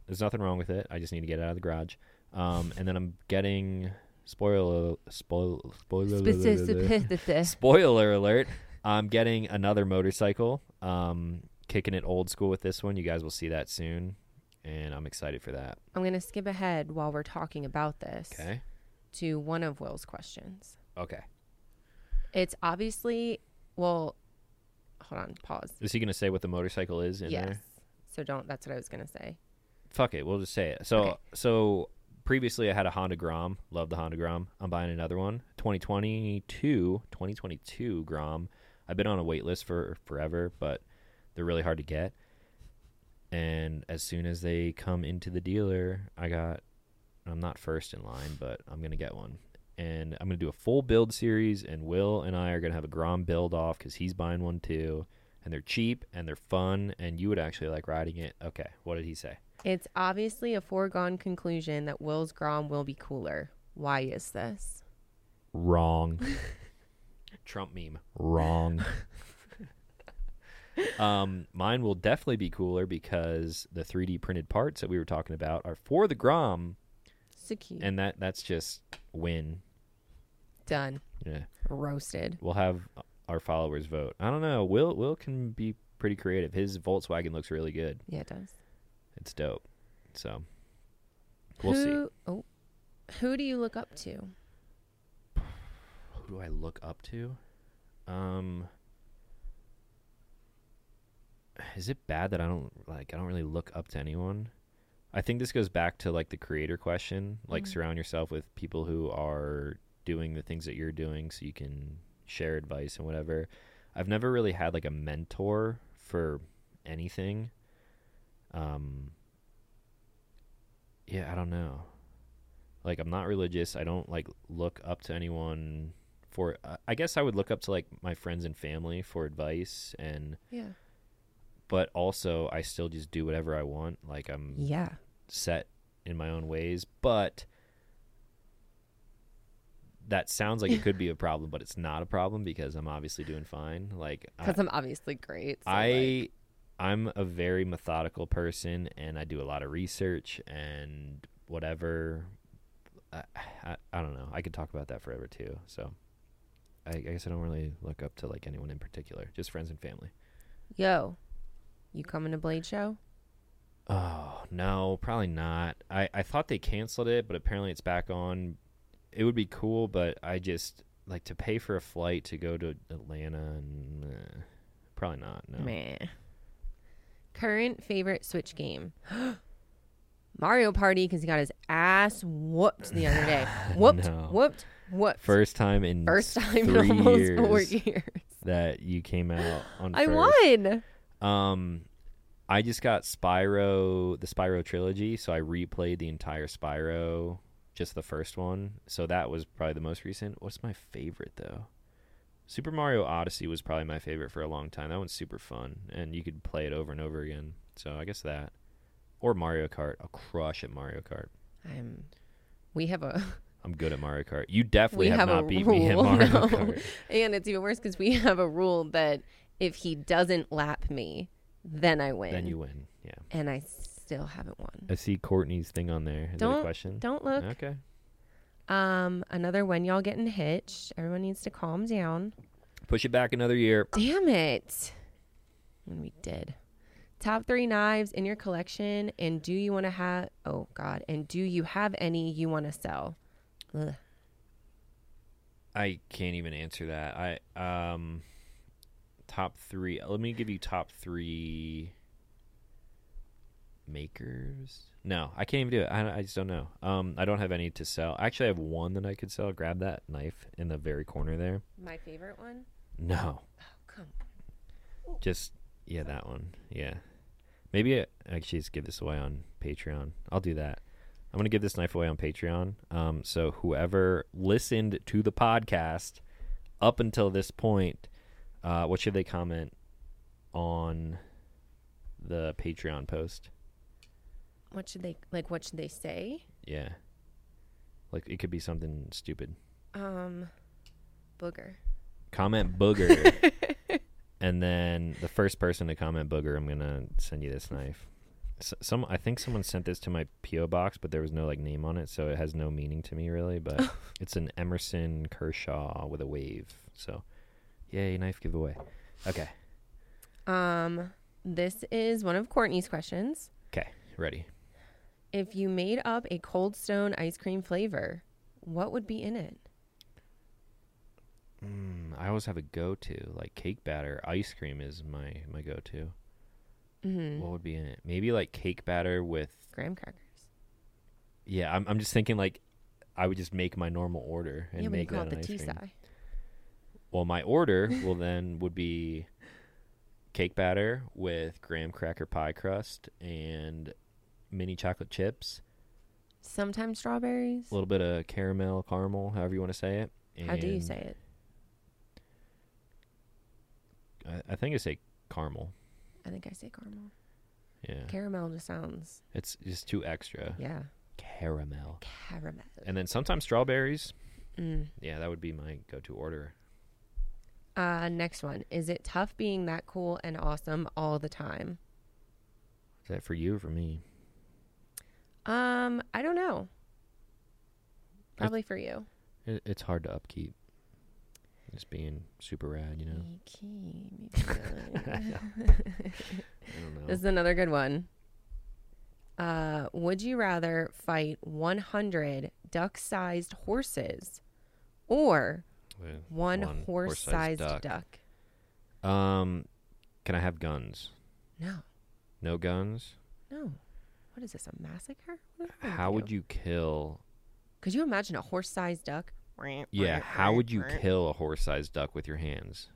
Speaker 1: there's nothing wrong with it. I just need to get it out of the garage. Um, and then I'm getting spoiler spoil, spoiler spoiler alert. I'm getting another motorcycle. Um, kicking it old school with this one. You guys will see that soon, and I'm excited for that.
Speaker 2: I'm gonna skip ahead while we're talking about this
Speaker 1: Okay.
Speaker 2: to one of Will's questions.
Speaker 1: Okay.
Speaker 2: It's obviously well. Hold on, pause.
Speaker 1: Is he going to say what the motorcycle is in
Speaker 2: yes.
Speaker 1: there?
Speaker 2: So don't. That's what I was gonna say.
Speaker 1: Fuck it, we'll just say it. So
Speaker 2: Okay.
Speaker 1: so previously I had a Honda Grom, love the Honda Grom. I'm buying another one. 2022, 2022 Grom. I've been on a wait list for forever, but they're really hard to get. And as soon as they come into the dealer, I got I'm not first in line, but I'm going to get one. And I'm going to do a full build series and Will and I are going to have a Grom build off cuz he's buying one too. And they're cheap and they're fun and you would actually like riding it. Okay, what did he say?
Speaker 2: It's obviously a foregone conclusion that Will's Grom will be cooler. Why is this?
Speaker 1: Wrong. Trump meme. Wrong. um, mine will definitely be cooler because the 3D printed parts that we were talking about are for the Grom,
Speaker 2: So cute.
Speaker 1: and that that's just win.
Speaker 2: Done.
Speaker 1: Yeah,
Speaker 2: Roasted.
Speaker 1: we'll have our followers vote. I don't know. Will Will can be pretty creative. His Volkswagen looks really good.
Speaker 2: Yeah, it does.
Speaker 1: It's dope. So we'll
Speaker 2: who,
Speaker 1: see.
Speaker 2: Oh, who do you look up to?
Speaker 1: Who do I look up to? Um Is it bad that I don't like I don't really look up to anyone? I think this goes back to like the creator question, like surround yourself with people who are doing the things that you're doing so you can share advice and whatever. I've never really had like a mentor for anything. Um Yeah, I don't know like i'm not religious i don't like look up to anyone for uh, I- i guess i would look up to like my friends and family for advice and
Speaker 2: Yeah.
Speaker 1: but also i still just do whatever i want like i'm
Speaker 2: Yeah.
Speaker 1: set in my own ways but that sounds like it could be a problem but it's not a problem because i'm obviously doing fine like I-
Speaker 2: Because I'm obviously great. so, like,
Speaker 1: I I'm a very methodical person and I do a lot of research and whatever I, I, I don't know. I could talk about that forever too. So I, I guess I don't really look up to like anyone in particular, just friends and family.
Speaker 2: yo, you coming to Blade Show?
Speaker 1: Oh, no, probably not. I I thought they canceled it, but apparently it's back on. It would be cool, but I just like to pay for a flight to go to Atlanta and eh, probably not. No.
Speaker 2: Meh. Current favorite Switch game. Mario Party because he got his ass whooped the other day. Whooped,
Speaker 1: No.
Speaker 2: whooped, whooped.
Speaker 1: First time in
Speaker 2: First time in
Speaker 1: three
Speaker 2: almost
Speaker 1: years
Speaker 2: four years.
Speaker 1: that you came out on.
Speaker 2: I
Speaker 1: first.
Speaker 2: won.
Speaker 1: Um, I just got Spyro, the Spyro trilogy, so I replayed the entire Spyro, just the first one. So that was probably the most recent. What's my favorite though? Super Mario Odyssey was probably my favorite for a long time. That one's super fun, and you could play it over and over again. So I guess that, or Mario Kart. I'll crush at Mario Kart.
Speaker 2: I'm. We have a
Speaker 1: I'm good at Mario Kart. You definitely
Speaker 2: we
Speaker 1: have,
Speaker 2: have, a
Speaker 1: not beat me at
Speaker 2: rule,
Speaker 1: Mario
Speaker 2: no.
Speaker 1: Kart.
Speaker 2: and it's even worse because we have a rule that if he doesn't lap me, then I win.
Speaker 1: Then you win. Yeah.
Speaker 2: and I still haven't won.
Speaker 1: I see Courtney's thing on there. Is that a
Speaker 2: Don't-
Speaker 1: question?
Speaker 2: Don't look.
Speaker 1: Okay.
Speaker 2: Um, another when y'all getting hitched. Everyone needs to calm down.
Speaker 1: Push it back another year.
Speaker 2: Damn it. And we did. Top three knives in your collection, and do you want to have? Oh God! And do you have any you want to sell? Ugh.
Speaker 1: I can't even answer that. I um top 3. Let me give you top 3 makers. No, I can't even do it. I, I just don't know. Um I don't have any to sell. Actually, I have one that I could sell. Grab that knife in the very corner there.
Speaker 2: My favorite one.
Speaker 1: No.
Speaker 2: Oh come!
Speaker 1: Just yeah, that one. Yeah. Maybe I, actually just give this away on Patreon. I'll do that. I'm gonna give this knife away on Patreon. Um, so whoever listened to the podcast up until this point, uh, what should they comment on the Patreon post?
Speaker 2: What should they like? What should they say?
Speaker 1: Yeah. Like it could be something stupid.
Speaker 2: Um, booger.
Speaker 1: Comment booger. and then the first person to comment booger, I'm gonna send you this knife. S some I think someone sent this to my PO box, but there was no like name on it, so it has no meaning to me really. But it's an Emerson Kershaw with a wave. So, yay knife giveaway. Okay,
Speaker 2: Um, this is one of Courtney's questions.
Speaker 1: okay, ready.
Speaker 2: If you made up a Cold Stone ice cream flavor, what would be in it?
Speaker 1: Mm, I always have a go-to, like cake batter. Ice cream is my my go-to.
Speaker 2: Mm-hmm.
Speaker 1: What would be in it? Maybe like cake batter with.
Speaker 2: Graham crackers.
Speaker 1: Yeah, I'm I'm just thinking like, I would just make my normal order and
Speaker 2: yeah, but you
Speaker 1: make
Speaker 2: call
Speaker 1: that
Speaker 2: it
Speaker 1: an
Speaker 2: the
Speaker 1: ice
Speaker 2: tea
Speaker 1: cream.
Speaker 2: side.
Speaker 1: Well, my order will then would be cake batter with graham cracker pie crust and mini chocolate chips,
Speaker 2: Sometimes strawberries.
Speaker 1: a little bit of caramel, caramel, however you want to say it.
Speaker 2: How do you
Speaker 1: and
Speaker 2: say it?
Speaker 1: I, I think I say caramel.
Speaker 2: I think I say caramel.
Speaker 1: Yeah,
Speaker 2: Caramel just sounds
Speaker 1: it's just too extra.
Speaker 2: yeah.
Speaker 1: Caramel,
Speaker 2: Caramel.
Speaker 1: and then sometimes strawberries.
Speaker 2: Mm.
Speaker 1: Yeah, that would be my go-to order.
Speaker 2: Uh, next one. Is it tough being that cool and awesome all the time?
Speaker 1: Is that for you or for me?
Speaker 2: Um, I don't know. Probably for you.
Speaker 1: It, it's hard to upkeep. Just being super rad, you know.
Speaker 2: Mm.
Speaker 1: I don't know.
Speaker 2: This is another good one. Uh, would you rather fight 100 duck sized horses or
Speaker 1: Well,
Speaker 2: one,
Speaker 1: One
Speaker 2: horse sized
Speaker 1: horse-sized
Speaker 2: duck.
Speaker 1: duck. Um, can I have guns?
Speaker 2: No,
Speaker 1: No guns.
Speaker 2: no. What is this, a massacre?
Speaker 1: How would you kill?
Speaker 2: Could you imagine a horse sized duck?
Speaker 1: Yeah, how would you kill a horse-sized duck with your hands?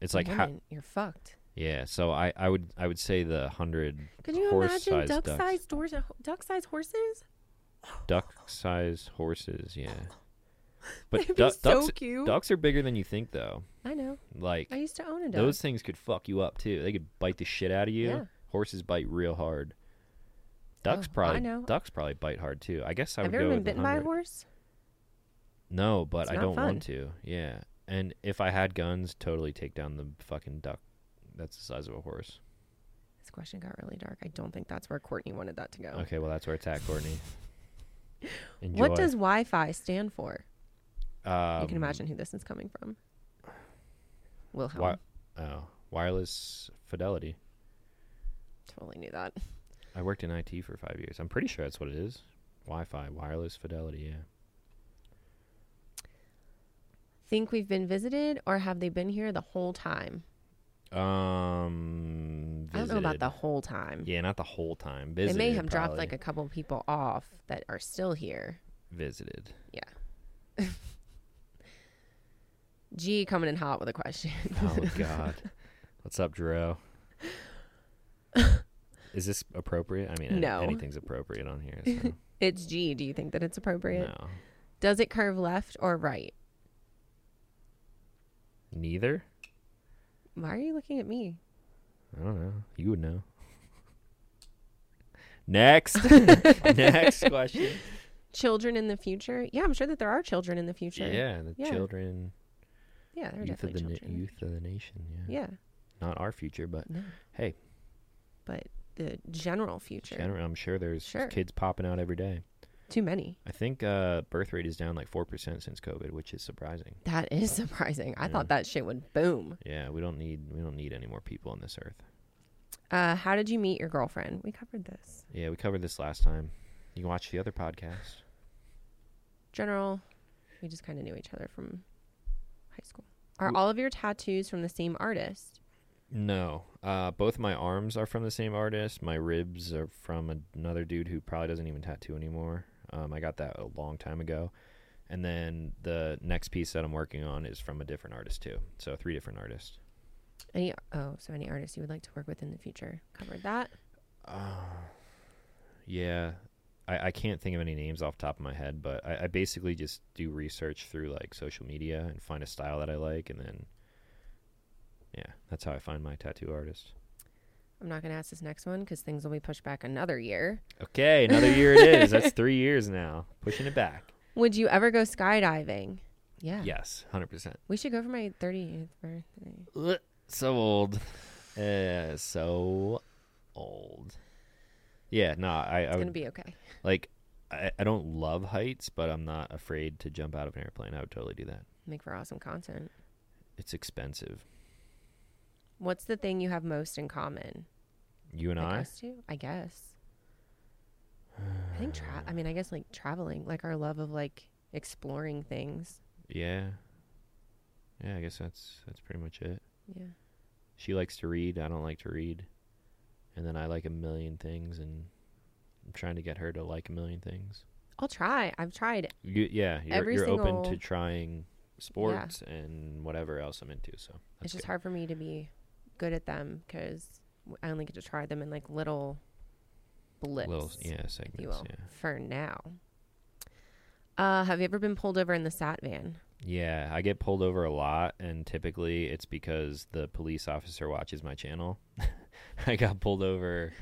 Speaker 1: It's like how,
Speaker 2: Woman, You're fucked.
Speaker 1: yeah. So I, I would I would say the hundred
Speaker 2: Could you imagine
Speaker 1: horse-sized
Speaker 2: duck
Speaker 1: ducks.
Speaker 2: sized doors duck sized horses?
Speaker 1: duck-sized horses. Yeah, but
Speaker 2: They'd be
Speaker 1: duck-
Speaker 2: so
Speaker 1: ducks
Speaker 2: cute.
Speaker 1: ducks are bigger than you think though.
Speaker 2: I know.
Speaker 1: Like
Speaker 2: I used to own a duck.
Speaker 1: Those things could fuck you up too. They could bite the shit out of you.
Speaker 2: Yeah.
Speaker 1: Horses bite real hard. Ducks
Speaker 2: Oh, I
Speaker 1: probably
Speaker 2: know.
Speaker 1: ducks probably bite hard too. I guess I
Speaker 2: Have
Speaker 1: would go
Speaker 2: you ever been
Speaker 1: with the
Speaker 2: bitten by a
Speaker 1: 100.
Speaker 2: horse?
Speaker 1: No, but
Speaker 2: It's
Speaker 1: I
Speaker 2: not
Speaker 1: don't
Speaker 2: fun.
Speaker 1: want to. Yeah. And if I had guns, totally take down the fucking duck. That's the size of a horse.
Speaker 2: This question got really dark. I don't think that's where Courtney wanted that to go.
Speaker 1: Okay, well that's where it's at, Courtney. Enjoy.
Speaker 2: Oh. What does Wi Fi stand for?
Speaker 1: um,
Speaker 2: you can imagine who this is coming from. Wilhelm.
Speaker 1: Wi- oh, wireless fidelity.
Speaker 2: Totally knew that.
Speaker 1: I worked in IT for five years. I'm pretty sure that's what it is. Wi-Fi, wireless fidelity. Yeah.
Speaker 2: Think we've been visited or have they been here the whole time?
Speaker 1: Um,
Speaker 2: I don't know about
Speaker 1: visited.
Speaker 2: the whole time.
Speaker 1: Yeah, not the whole time.
Speaker 2: they
Speaker 1: Visited,
Speaker 2: may have dropped
Speaker 1: probably.
Speaker 2: like a couple people off that are still here.
Speaker 1: visited.
Speaker 2: G coming in hot with a question.
Speaker 1: Oh God, what's up, Drew? Is this appropriate? I mean, any-
Speaker 2: No.
Speaker 1: anything's appropriate on here. So.
Speaker 2: it's G. Do you think that it's appropriate?
Speaker 1: no,
Speaker 2: Does it curve left or right?
Speaker 1: neither.
Speaker 2: Why are you looking at me?
Speaker 1: I don't know. You would know. Next, next question.
Speaker 2: Children in the future? Yeah, I'm sure that there are children in the future.
Speaker 1: Yeah, the
Speaker 2: Yeah.
Speaker 1: children,
Speaker 2: yeah, there are
Speaker 1: youth of the
Speaker 2: definitely
Speaker 1: na-
Speaker 2: children.
Speaker 1: youth of the nation. Yeah.
Speaker 2: Yeah,
Speaker 1: not our future, but
Speaker 2: no,
Speaker 1: hey,
Speaker 2: but the general future.
Speaker 1: gener- I'm sure there's
Speaker 2: Sure.
Speaker 1: kids popping out every day.
Speaker 2: Too many.
Speaker 1: I think uh, birth rate is down like four percent since COVID, which is surprising.
Speaker 2: That is surprising. I thought that shit would boom.
Speaker 1: Yeah, we don't need we don't need any more people on this earth.
Speaker 2: Uh, how did you meet your girlfriend? We covered this.
Speaker 1: Yeah, we covered this last time. You can watch the other podcast.
Speaker 2: General, we just kind of knew each other from high school. Are all of your tattoos from the same artist?
Speaker 1: No, uh, both my arms are from the same artist. My ribs are from another dude who probably doesn't even tattoo anymore. Um, I got that a long time ago. And then the next piece that I'm working on is from a different artist too. So three different artists.
Speaker 2: Any oh, so any artist you would like to work with in the future? Covered that.
Speaker 1: Uh. Yeah. I, I can't think of any names off the top of my head, but I, I basically just do research through like social media and find a style that I like and then Yeah, that's how I find my tattoo artist.
Speaker 2: I'm not gonna ask this next one because things will be pushed back another year.
Speaker 1: Okay, another year it is. That's three years now. Pushing it back.
Speaker 2: Would you ever go skydiving? Yeah.
Speaker 1: Yes, hundred percent.
Speaker 2: We should go for my 30th birthday.
Speaker 1: So old. Uh, so old. Yeah, no, I, I
Speaker 2: It's gonna
Speaker 1: would
Speaker 2: be okay.
Speaker 1: like I, I don't love heights, but I'm not afraid to jump out of an airplane. I would totally do that.
Speaker 2: Make for awesome content.
Speaker 1: It's expensive.
Speaker 2: What's the thing you have most in common?
Speaker 1: You and
Speaker 2: Like
Speaker 1: I?
Speaker 2: us two? I guess. I think tra- I mean, I guess like traveling, like our love of like exploring things.
Speaker 1: Yeah. Yeah, I guess that's that's pretty much it.
Speaker 2: Yeah.
Speaker 1: She likes to read. I don't like to read. And then I like a million things, and I'm trying to get her to like a million things.
Speaker 2: I'll try. I've tried.
Speaker 1: You, yeah, you're,
Speaker 2: Every
Speaker 1: you're open to
Speaker 2: single-
Speaker 1: trying sports and whatever else I'm into. So
Speaker 2: it's
Speaker 1: that's
Speaker 2: just
Speaker 1: good.
Speaker 2: hard for me to be good at them because I only get to try them in like little blips,
Speaker 1: Little, yeah,
Speaker 2: if you
Speaker 1: segments.
Speaker 2: will,
Speaker 1: Yeah,
Speaker 2: for now. Uh, have you ever been pulled over in the sat van?
Speaker 1: yeah. I get pulled over a lot, and typically it's because the police officer watches my channel. I got pulled over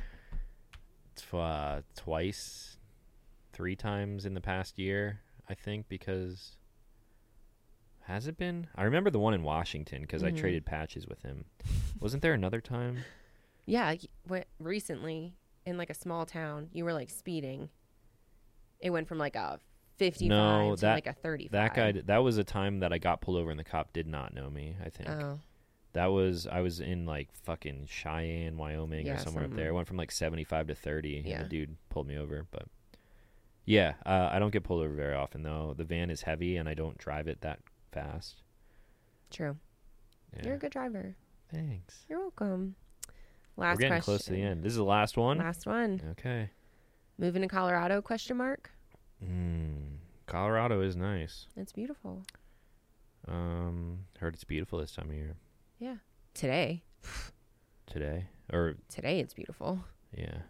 Speaker 1: tw- uh, twice, three times in the past year, I think, because has it been? I remember the one in Washington because
Speaker 2: Mhm.
Speaker 1: I traded patches with him. Wasn't there another time?
Speaker 2: Yeah, y- went recently in like a small town. You were like speeding. It went from like a fifty-five
Speaker 1: No,
Speaker 2: to
Speaker 1: that-
Speaker 2: like a thirty-five.
Speaker 1: That guy. d- That was a time that I got pulled over and the cop did not know me. I think
Speaker 2: Oh,
Speaker 1: that was I was in like fucking Cheyenne, Wyoming,
Speaker 2: Yeah,
Speaker 1: or somewhere up there.
Speaker 2: somewhere.
Speaker 1: It went from like seventy five to thirty.
Speaker 2: Yeah.
Speaker 1: And the dude pulled me over, but yeah, uh, I don't get pulled over very often though. The van is heavy and I don't drive it that fast.
Speaker 2: true.
Speaker 1: Yeah.
Speaker 2: You're a good driver.
Speaker 1: Thanks.
Speaker 2: You're welcome.
Speaker 1: We're
Speaker 2: Last
Speaker 1: getting
Speaker 2: question.
Speaker 1: close to the end. This is the last one.
Speaker 2: Last one.
Speaker 1: Okay.
Speaker 2: Moving to Colorado? Question mark.
Speaker 1: Mm, Colorado is nice.
Speaker 2: It's beautiful.
Speaker 1: Um, heard it's beautiful this time of year
Speaker 2: Today,
Speaker 1: today or
Speaker 2: today it's beautiful.
Speaker 1: Yeah.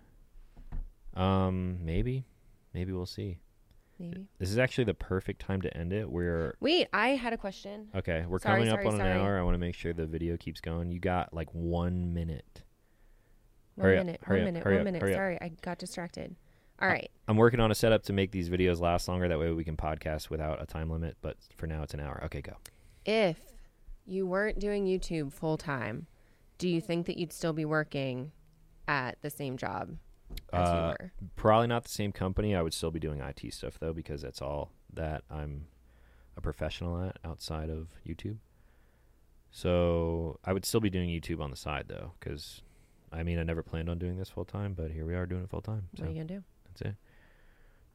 Speaker 1: Um, maybe. Maybe we'll see.
Speaker 2: Maybe.
Speaker 1: This is actually the perfect time to end it. We're
Speaker 2: Wait, I had a question.
Speaker 1: okay, we're
Speaker 2: Sorry,
Speaker 1: coming
Speaker 2: sorry,
Speaker 1: up on
Speaker 2: sorry.
Speaker 1: an hour. I want to make sure the video keeps going. You got like one minute.
Speaker 2: One
Speaker 1: Hurry up,
Speaker 2: minute.
Speaker 1: hurry
Speaker 2: one
Speaker 1: up,
Speaker 2: minute.
Speaker 1: hurry
Speaker 2: One
Speaker 1: up,
Speaker 2: minute.
Speaker 1: hurry up.
Speaker 2: Sorry, I got distracted. All right.
Speaker 1: I'm working on a setup to make these videos last longer. That way we can podcast without a time limit, but for now it's an hour. Okay, go.
Speaker 2: If you weren't doing YouTube full time, do you think that you'd still be working at the same job as you
Speaker 1: Uh,
Speaker 2: were?
Speaker 1: Probably not the same company. I would still be doing IT stuff though, because that's all that I'm a professional at outside of YouTube. So I would still be doing YouTube on the side though, because I mean I never planned on doing this full time, but here we are doing it full time.
Speaker 2: What are
Speaker 1: So
Speaker 2: you gonna do?
Speaker 1: that's it.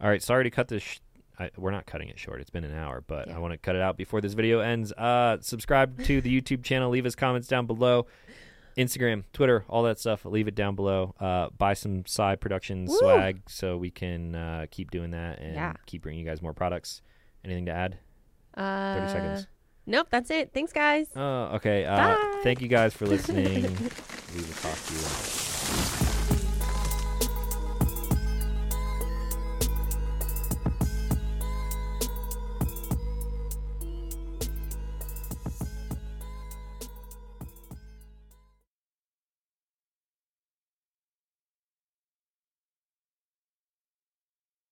Speaker 1: All right, sorry to cut this. Sh- I, we're not cutting it short. It's been an hour, but
Speaker 2: Yeah.
Speaker 1: I want to cut it out before this video ends. Uh, subscribe to the YouTube channel. Leave us comments down below. Instagram, Twitter, all that stuff. Leave it down below. Uh, buy some Psy Production
Speaker 2: Woo!
Speaker 1: swag so we can uh, keep doing that and
Speaker 2: Yeah.
Speaker 1: keep bringing you guys more products. Anything to add?
Speaker 2: Uh,
Speaker 1: 30 seconds.
Speaker 2: Nope, that's it. Thanks, guys.
Speaker 1: Oh, okay. Uh,
Speaker 2: Bye.
Speaker 1: thank you guys for listening. we will talk to you.